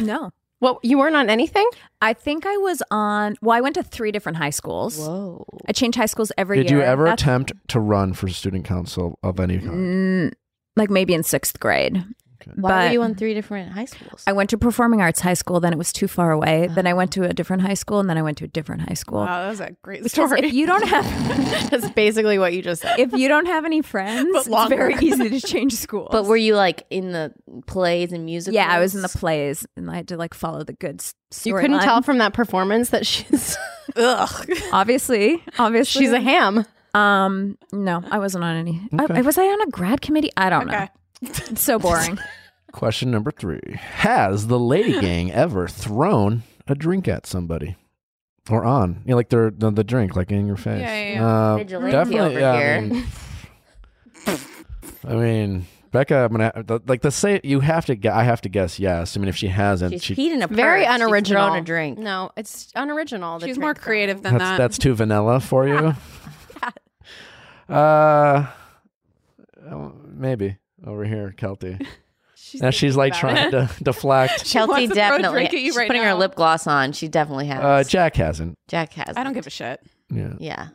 No.
What? You weren't on anything?
I think I was on, well, I went to three different high schools.
Oh,
Whoa.
I changed high schools every
Did
year.
you ever
That's-
attempt to run for student council of any kind?
Mm, like maybe in sixth grade.
Why
But-
were you on three different high schools?
I went to performing arts high school, then it was too far away.
Oh.
Then I went to a different high school, and then I went to a different high school.
Wow, that was a great
Because
story.
If you don't have
That's basically what you just said.
if you don't have any friends,
But
it's
longer.
very easy to change schools.
but were you like in the plays and musicals?
yeah, I was in the plays, and I had to like follow the good s-
You
story.
couldn't tell from that performance that she's
Ugh.
obviously, obviously,
she's a ham.
um. No, I wasn't on any. I-
Okay.
I, was I on a grad committee? I don't
Okay.
know. It's so boring.
Question number three: Has the Lady Gang ever thrown a drink at somebody or on? You know, like their the, the drink, like in your face.
Yeah, yeah,
Uh,
Vigilante
definitely.
over
yeah, I
here.
mean, I mean, Becca, I'm gonna the- like the say you have to. gue- I have to guess yes. I mean, if she hasn't,
She's
she,
peed in a
Very
purse. She's
unoriginal.
thrown a drink.
No, it's unoriginal. the
She's
drink
more
thing.
creative than
that's
that.
that's too vanilla for you. uh, oh, maybe over here, Kelty.
She's
Now she's like
thinking about
trying to deflect.
wants
Chelsea
to throw a
definitely.
drink at you
she's
right
putting her
now.
lip gloss on. She definitely has.
Uh, Jack hasn't.
Jack has.
I don't give a shit.
Yeah.
Yeah.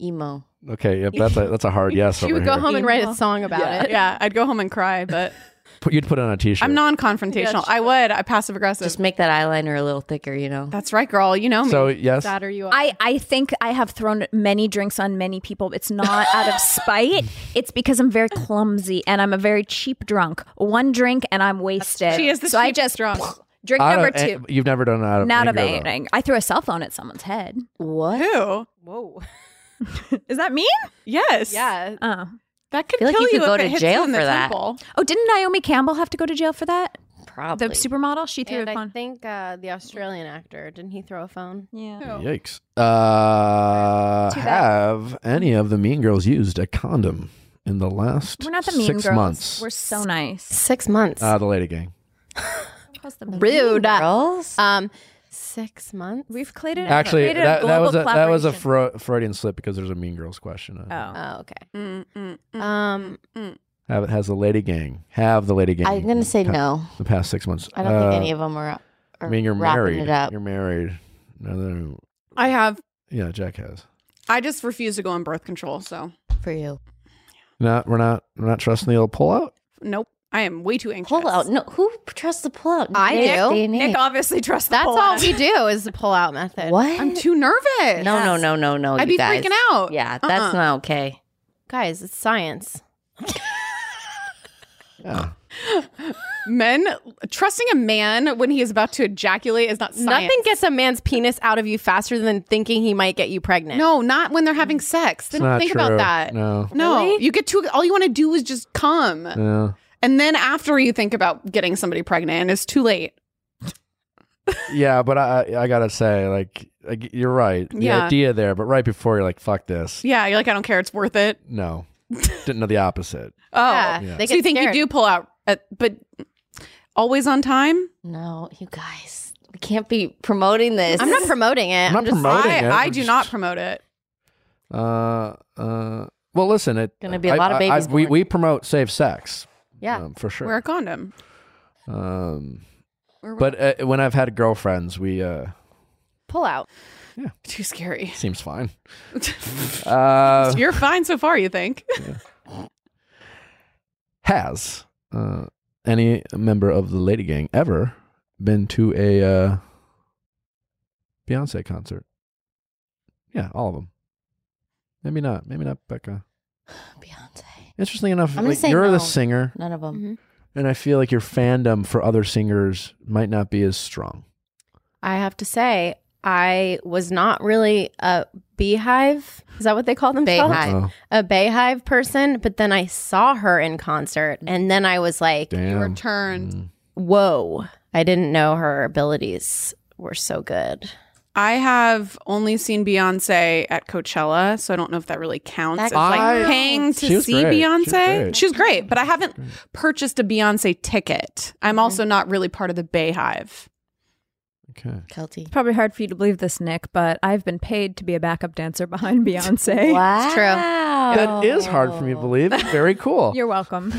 Emo.
Okay. Yep, that's a that's a hard yes
She
over
would go
here.
home and write a song about it.
Yeah, I'd go home and cry, but
Put- You'd put on a t-shirt.
I'm non-confrontational. I would. I passive aggressive.
Just make that eyeliner a little thicker, you know?
That's right, girl. You know me.
So yes.
That or you. Are.
I I think I have thrown many drinks on many people. It's not out of spite. It's because I'm very clumsy and I'm a very cheap drunk. One drink and I'm wasted.
she is the
so I
cheap
just
drunk.
drink
Out
number
of an-
two.
eh, you've never done out of
Not of
anger, though.
anything. I threw a cell phone at someone's head.
What?
Who?
Is that mean?
Yes.
yeah.
Oh.
That could
Feel like
kill
you could
if
go
it
to
hits
jail
you in the
for that.
temple.
Oh, didn't Naomi Campbell have to go to jail for that?
Probably.
The supermodel? She threw
And
a
I
phone.
think uh, the Australian actor didn't he throw a phone?
yeah.
Yikes. Uh,
Too bad.
have any of the Mean Girls used a condom in the last
We're not the mean
six
girls.
months?
We're so nice.
Six months.
uh, the Lady Gang.
Across the
Rude.
Uh,
Girls?
Um. Six months.
We've created
Actually,
created
that, that
global
was a, that was a
collaboration.
Fro- Freudian slip because there's a Mean Girls question. Uh, I
Oh.
Oh, okay.
Mm, mm, mm.
Um,
Have it has the lady gang. Have the lady gang.
I'm gonna say
Pa-
no.
The past six months.
I don't think any of them are. are
Uh, I mean, you're
wrapping
married.
It up.
You're married. No, no,
I have.
yeah, Jack has.
I just refuse to go on birth control. So
for you.
Not we're not we're not trusting the old pullout.
nope. I am way too anxious.
Pull out. No, who trusts the pull out?
I
Nick,
do.
Nick.
Nick obviously trusts.
that's
the
all we do is the pull out method.
What?
I'm too nervous.
no, no, no, no, no.
I'd
you
be
guys.
freaking out.
Yeah, that's
Uh-uh.
not okay.
Guys, it's science.
Yeah.
Men trusting a man when he is about to ejaculate is not science.
Nothing gets a man's penis out of you faster than thinking he might get you pregnant.
No, not when they're having sex. They
It's
don't
not
think
true.
about that.
No.
No, you get too. All you want to do is just come,
No.
and then after you think about getting somebody pregnant, it's too late.
Yeah, but I I I gotta say, like, like you're right. The
Yeah.
idea there, but right before you're like, fuck this.
Yeah, you're like, I don't care. It's worth it.
No. Didn't know the opposite.
Oh,
Yeah,
Yeah.
They
so you think
scared.
you do pull out, at, but always on time.
No, you guys, we can't be promoting this.
I'm not promoting it.
I'm not
I'm just
promoting
I,
it.
I
I'm
do
just-
not promote it.
Uh, uh. Well, listen, it
Gonna be a lot of babies
we
born.
we promote safe sex.
Yeah.
um, for sure.
Wear a condom.
Um,
We're-
but uh, when I've had girlfriends, we uh,
pull out.
Too scary.
seems fine. uh,
You're fine so far. You think?
has uh, any member of the Lady Gang ever been to a uh, Beyonce concert? Yeah, all of them. Maybe not. Maybe not Becca.
Beyonce.
Interestingly enough,
I'm gonna
like,
say
you're
no.
the singer,
None of them.
and I feel like your fandom for other singers might not be as strong.
I have to say, I was not really a beehive. Is that what they call them?
Beehive. I-
Oh,
A beehive person. But then I saw her in concert, and then I was like,
damn.
Returned.
Mm.
"Whoa!" I didn't know her abilities were so good.
I have only seen Beyonce at Coachella, so I don't know if that really counts.
That
as like
counts.
paying to
She was
see
great. She was
Beyonce.
great.
She was great, but I haven't purchased a Beyonce ticket. I'm also not really part of the Bayhive.
Okay.
Mm.
Kelty.
It's probably hard for you to believe this, Nick, but I've been paid to be a backup dancer behind Beyonce.
Wow.
true.
That is hard for me to believe. Very cool.
You're welcome.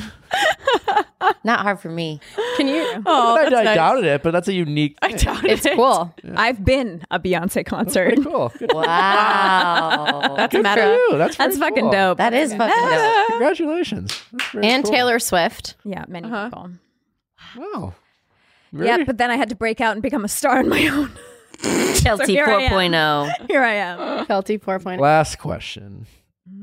Not hard for me.
Can you?
Oh,
I,
that's
I
nice.
doubted it, but that's a unique.
I
thing.
doubt it.
It's cool.
I've been a Beyonce concert.
Pretty cool. Good
Wow.
That's
Oh good for
meta.
you. That's
That's
very
fucking
cool.
dope.
that is fucking dope.
Congratulations. That's very
And
cool.
Taylor Swift.
yeah, many
Uh-huh.
people.
Wow.
Yeah,
Very-
but then I had to break out and become a star on my own.
Kelty oh.
here I am.
4.0.
Here I
Uh.
am.
Felty 4.0.
Last question.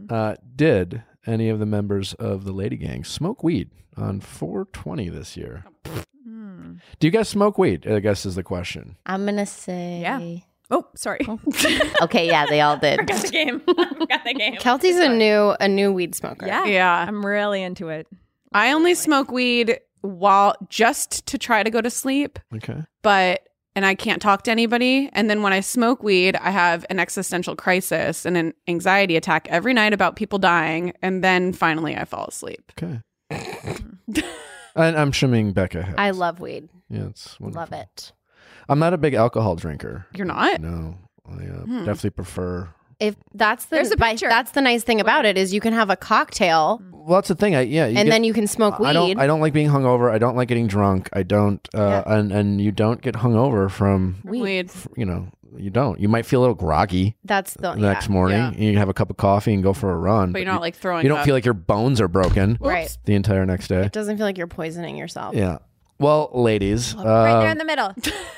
Uh, did any of the members of the Lady Gang smoke weed on 420 this year? Do you guys smoke weed? I guess is the
oh.
question.
I'm going to say.
Yeah. Oh, sorry.
Okay, yeah, they all did.
Got the game. Got the game.
Kelty's a new a new weed smoker.
Yeah.
Yeah.
I'm really into it.
I only smoke weed while just to try to go to sleep,
Okay.
but and I can't talk to anybody. And then when I smoke weed, I have an existential crisis and an anxiety attack every night about people dying, and then finally I fall asleep.
Okay. and I'm assuming Becca has.
I love weed.
yeah, it's wonderful.
Love it.
I'm not a big alcohol drinker.
You're not?
No. I uh,
Hmm.
definitely prefer
If that's the
There's a
by-
picture. Mm.
that's the nice thing about it is you can have a cocktail
Well, that's the thing. I yeah,
and then you can smoke weed.
I don't. I don't like being hungover. I don't like getting drunk. I don't. Uh, And and you don't get hungover from.
Weed.
f- You know, you don't. You might feel a little groggy
that's the,
the next morning.
yeah.
and You have a cup of coffee and go for a run.
But you're not like
You,
throwing
you don't
up.
feel like your bones are broken
yeah. right.
the entire next day.
It doesn't feel like you're poisoning yourself.
Yeah. Well, ladies,
right there
uh,
in the middle.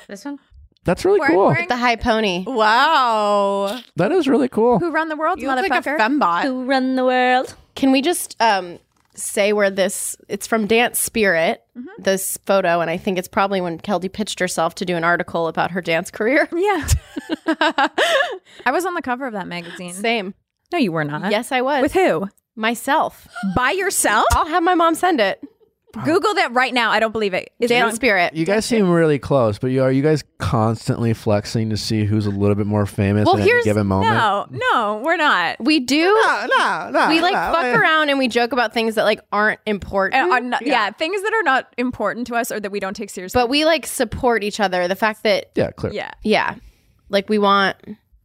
This one?
that's really
We're-
cool.
we're-
The high pony.
Wow.
that is really cool.
Who run the world,
You look like a
motherfucker?
fembot.
Who run the world?
Can we just um say where this it's from Dance Spirit,
Mm-hmm.
this photo, and I think it's probably when Kelty pitched herself to do an article about her dance career.
yeah. I was on the cover of that magazine.
Same.
No, you were not.
Yes, I was.
With who?
Myself.
By yourself?
I'll have my mom send it.
Google that right now. I don't believe it. Is it
Dan
on-
Spirit.
You guys seem really close, but you are you guys constantly flexing to see who's a little bit more famous
Well,
in any
here's-
given moment?
No, no, we're not.
We do.
no, no.
we like
no,
fuck
I-
around and we joke about things that like aren't important.
Uh, are not- yeah. things that are not important to us or that we don't take seriously.
but we like support each other. The fact that
Yeah, clear.
yeah,
yeah, like we want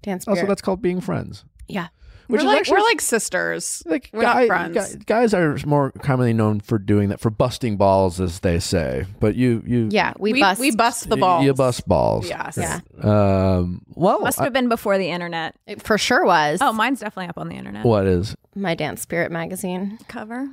Dan Spirit.
Also, that's called being friends.
yeah,
Which
we're
is
like
actually-
we're like sisters.
Like
we're not
guy-
friends.
guy- guys are more commonly known for doing that, for busting balls, as they say. But you, you,
yeah. We,
we
bust.
we bust the
you-
balls.
You bust balls.
Yes.
Right. Um. Well,
must
I-
have been before the internet.
It for sure was.
Oh, mine's definitely up on the internet.
what is?
my Dance Spirit magazine.
cover?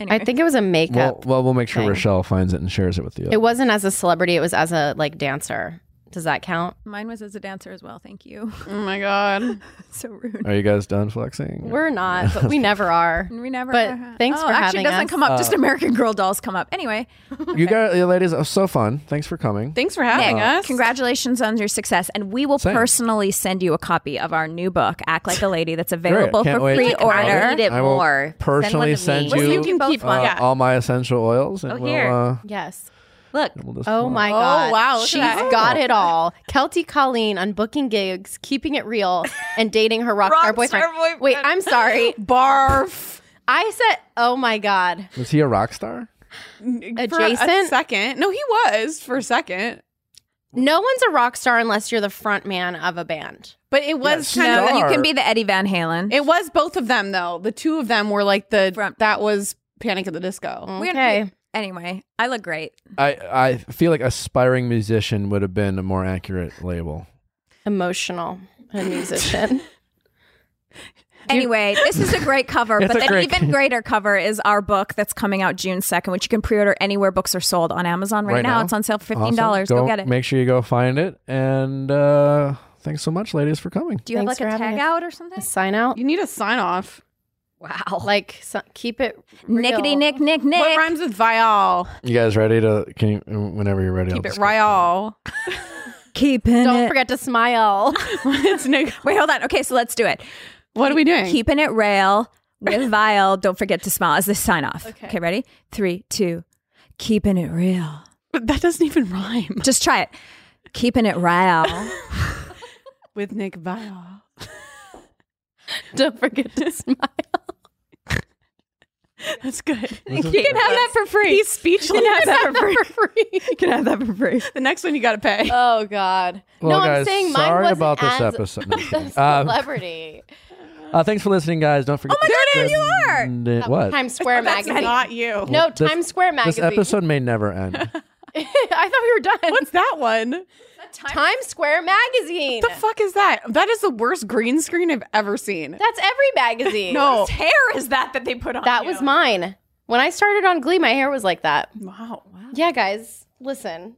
Anyway,
I think it was a makeup.
Well, well, we'll make sure
thing.
Rochelle finds it and shares it with you.
it wasn't as a celebrity. It was as a like dancer. Does that count?
mine was as a dancer as well. Thank you.
Oh my god.
so rude.
Are you guys done flexing?
We're not, but we never are.
And we never.
But thanks
oh,
for
actually,
having
it doesn't
us.
come up. just American Girl dolls come up. Anyway,
you guys, you ladies, it was so fun. Thanks for coming.
Thanks for having us.
congratulations on your success, and we will
Same.
personally send you a copy of our new book, "Act Like a Lady," that's
Great.
available
Can't
for
wait to
pre-order.
try
I need it
will
more. Send
personally
one to
send
me.
you,
Well,
you can
both
keep
uh,
one. Yeah.
all my essential oils, and
Oh,
we'll,
here.
uh,
Yes.
Look,
we'll just
Oh
fly.
my god.
Oh, wow, look at
She's
that.
got it all. Kelty Colleen on booking gigs, keeping it real, and dating her rock star boyfriend. Wait, I'm sorry.
Barf.
I said, oh my god.
Was he a rock star?
For a
Adjacent?
second. No, he was for a second.
No one's a rock star unless you're the front man of a band.
But it was
Yeah,
kind of
star.
you can be the Eddie Van Halen.
it was both of them though. The two of them were like the
Front.
that was Panic at the Disco.
We're gonna-
Okay.
Anyway, I look great.
I I feel like aspiring musician would have been a more accurate label.
Emotional and musician.
Anyway, this is a great cover,
It's
but
a
an
great-
even greater cover is our book that's coming out June 2nd, which you can pre order anywhere books are sold on Amazon right,
Right
now.
now?
It's on sale for $15.
Awesome.
Go, get it.
Make sure you go find it. And uh, thanks so much, ladies, for coming.
Do you have
Thanks
like a
for having
tag
us.
out or something?
Sign out.
You need a sign off.
Wow.
Like so, keep it real.
Nickety nick, nick, nick.
What rhymes with vial?
You guys ready to? Can you? Whenever you're ready,
Keep
I'll
it
just-
Ryal.
Keeping
Don't
it.
forget to smile.
it's Nick.
Wait, hold on. Okay, so let's do it.
What are we doing?
Keeping it rail with vile. Don't forget to smile as the sign off. Okay. ready? Three, two. Keeping it real.
But that doesn't even rhyme.
Just try it. Keeping it rail.
With Nick Vial.
Don't forget to smile.
That's good.
This is-
You can have that for free. He's speechless. You can have that for free. you can have that for free.
The next one you gotta pay.
Oh God.
Well,
no,
guys,
I'm saying mine
sorry
wasn't
about this
as
episode. No, I'm
a
kidding. Um,
celebrity.
uh, thanks for listening, guys. Don't forget. Oh my god, and you are. What?
Times Square
That's
magazine.
not you.
no,
This-
Times Square
This
magazine.
episode may never end.
I thought we were done.
What's that one?
Times Square magazine?
The fuck is that? That is the worst green screen I've ever seen.
That's every magazine.
No.
Hair is that that they put on?
that was mine. When I started on Glee, my hair was like that.
Wow. wow.
Yeah, guys, listen.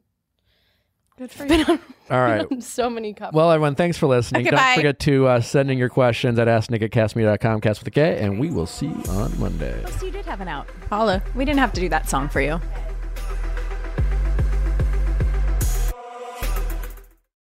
Good for you.
Been on
All right.
so many covers.
Well, everyone, thanks for listening.
Okay,
Don't
bye.
forget to uh, send in your questions at asknick at castme.com, cast with a K, and we will see you on Monday.
You did have an out.
Paula.
We didn't have to do that song for you.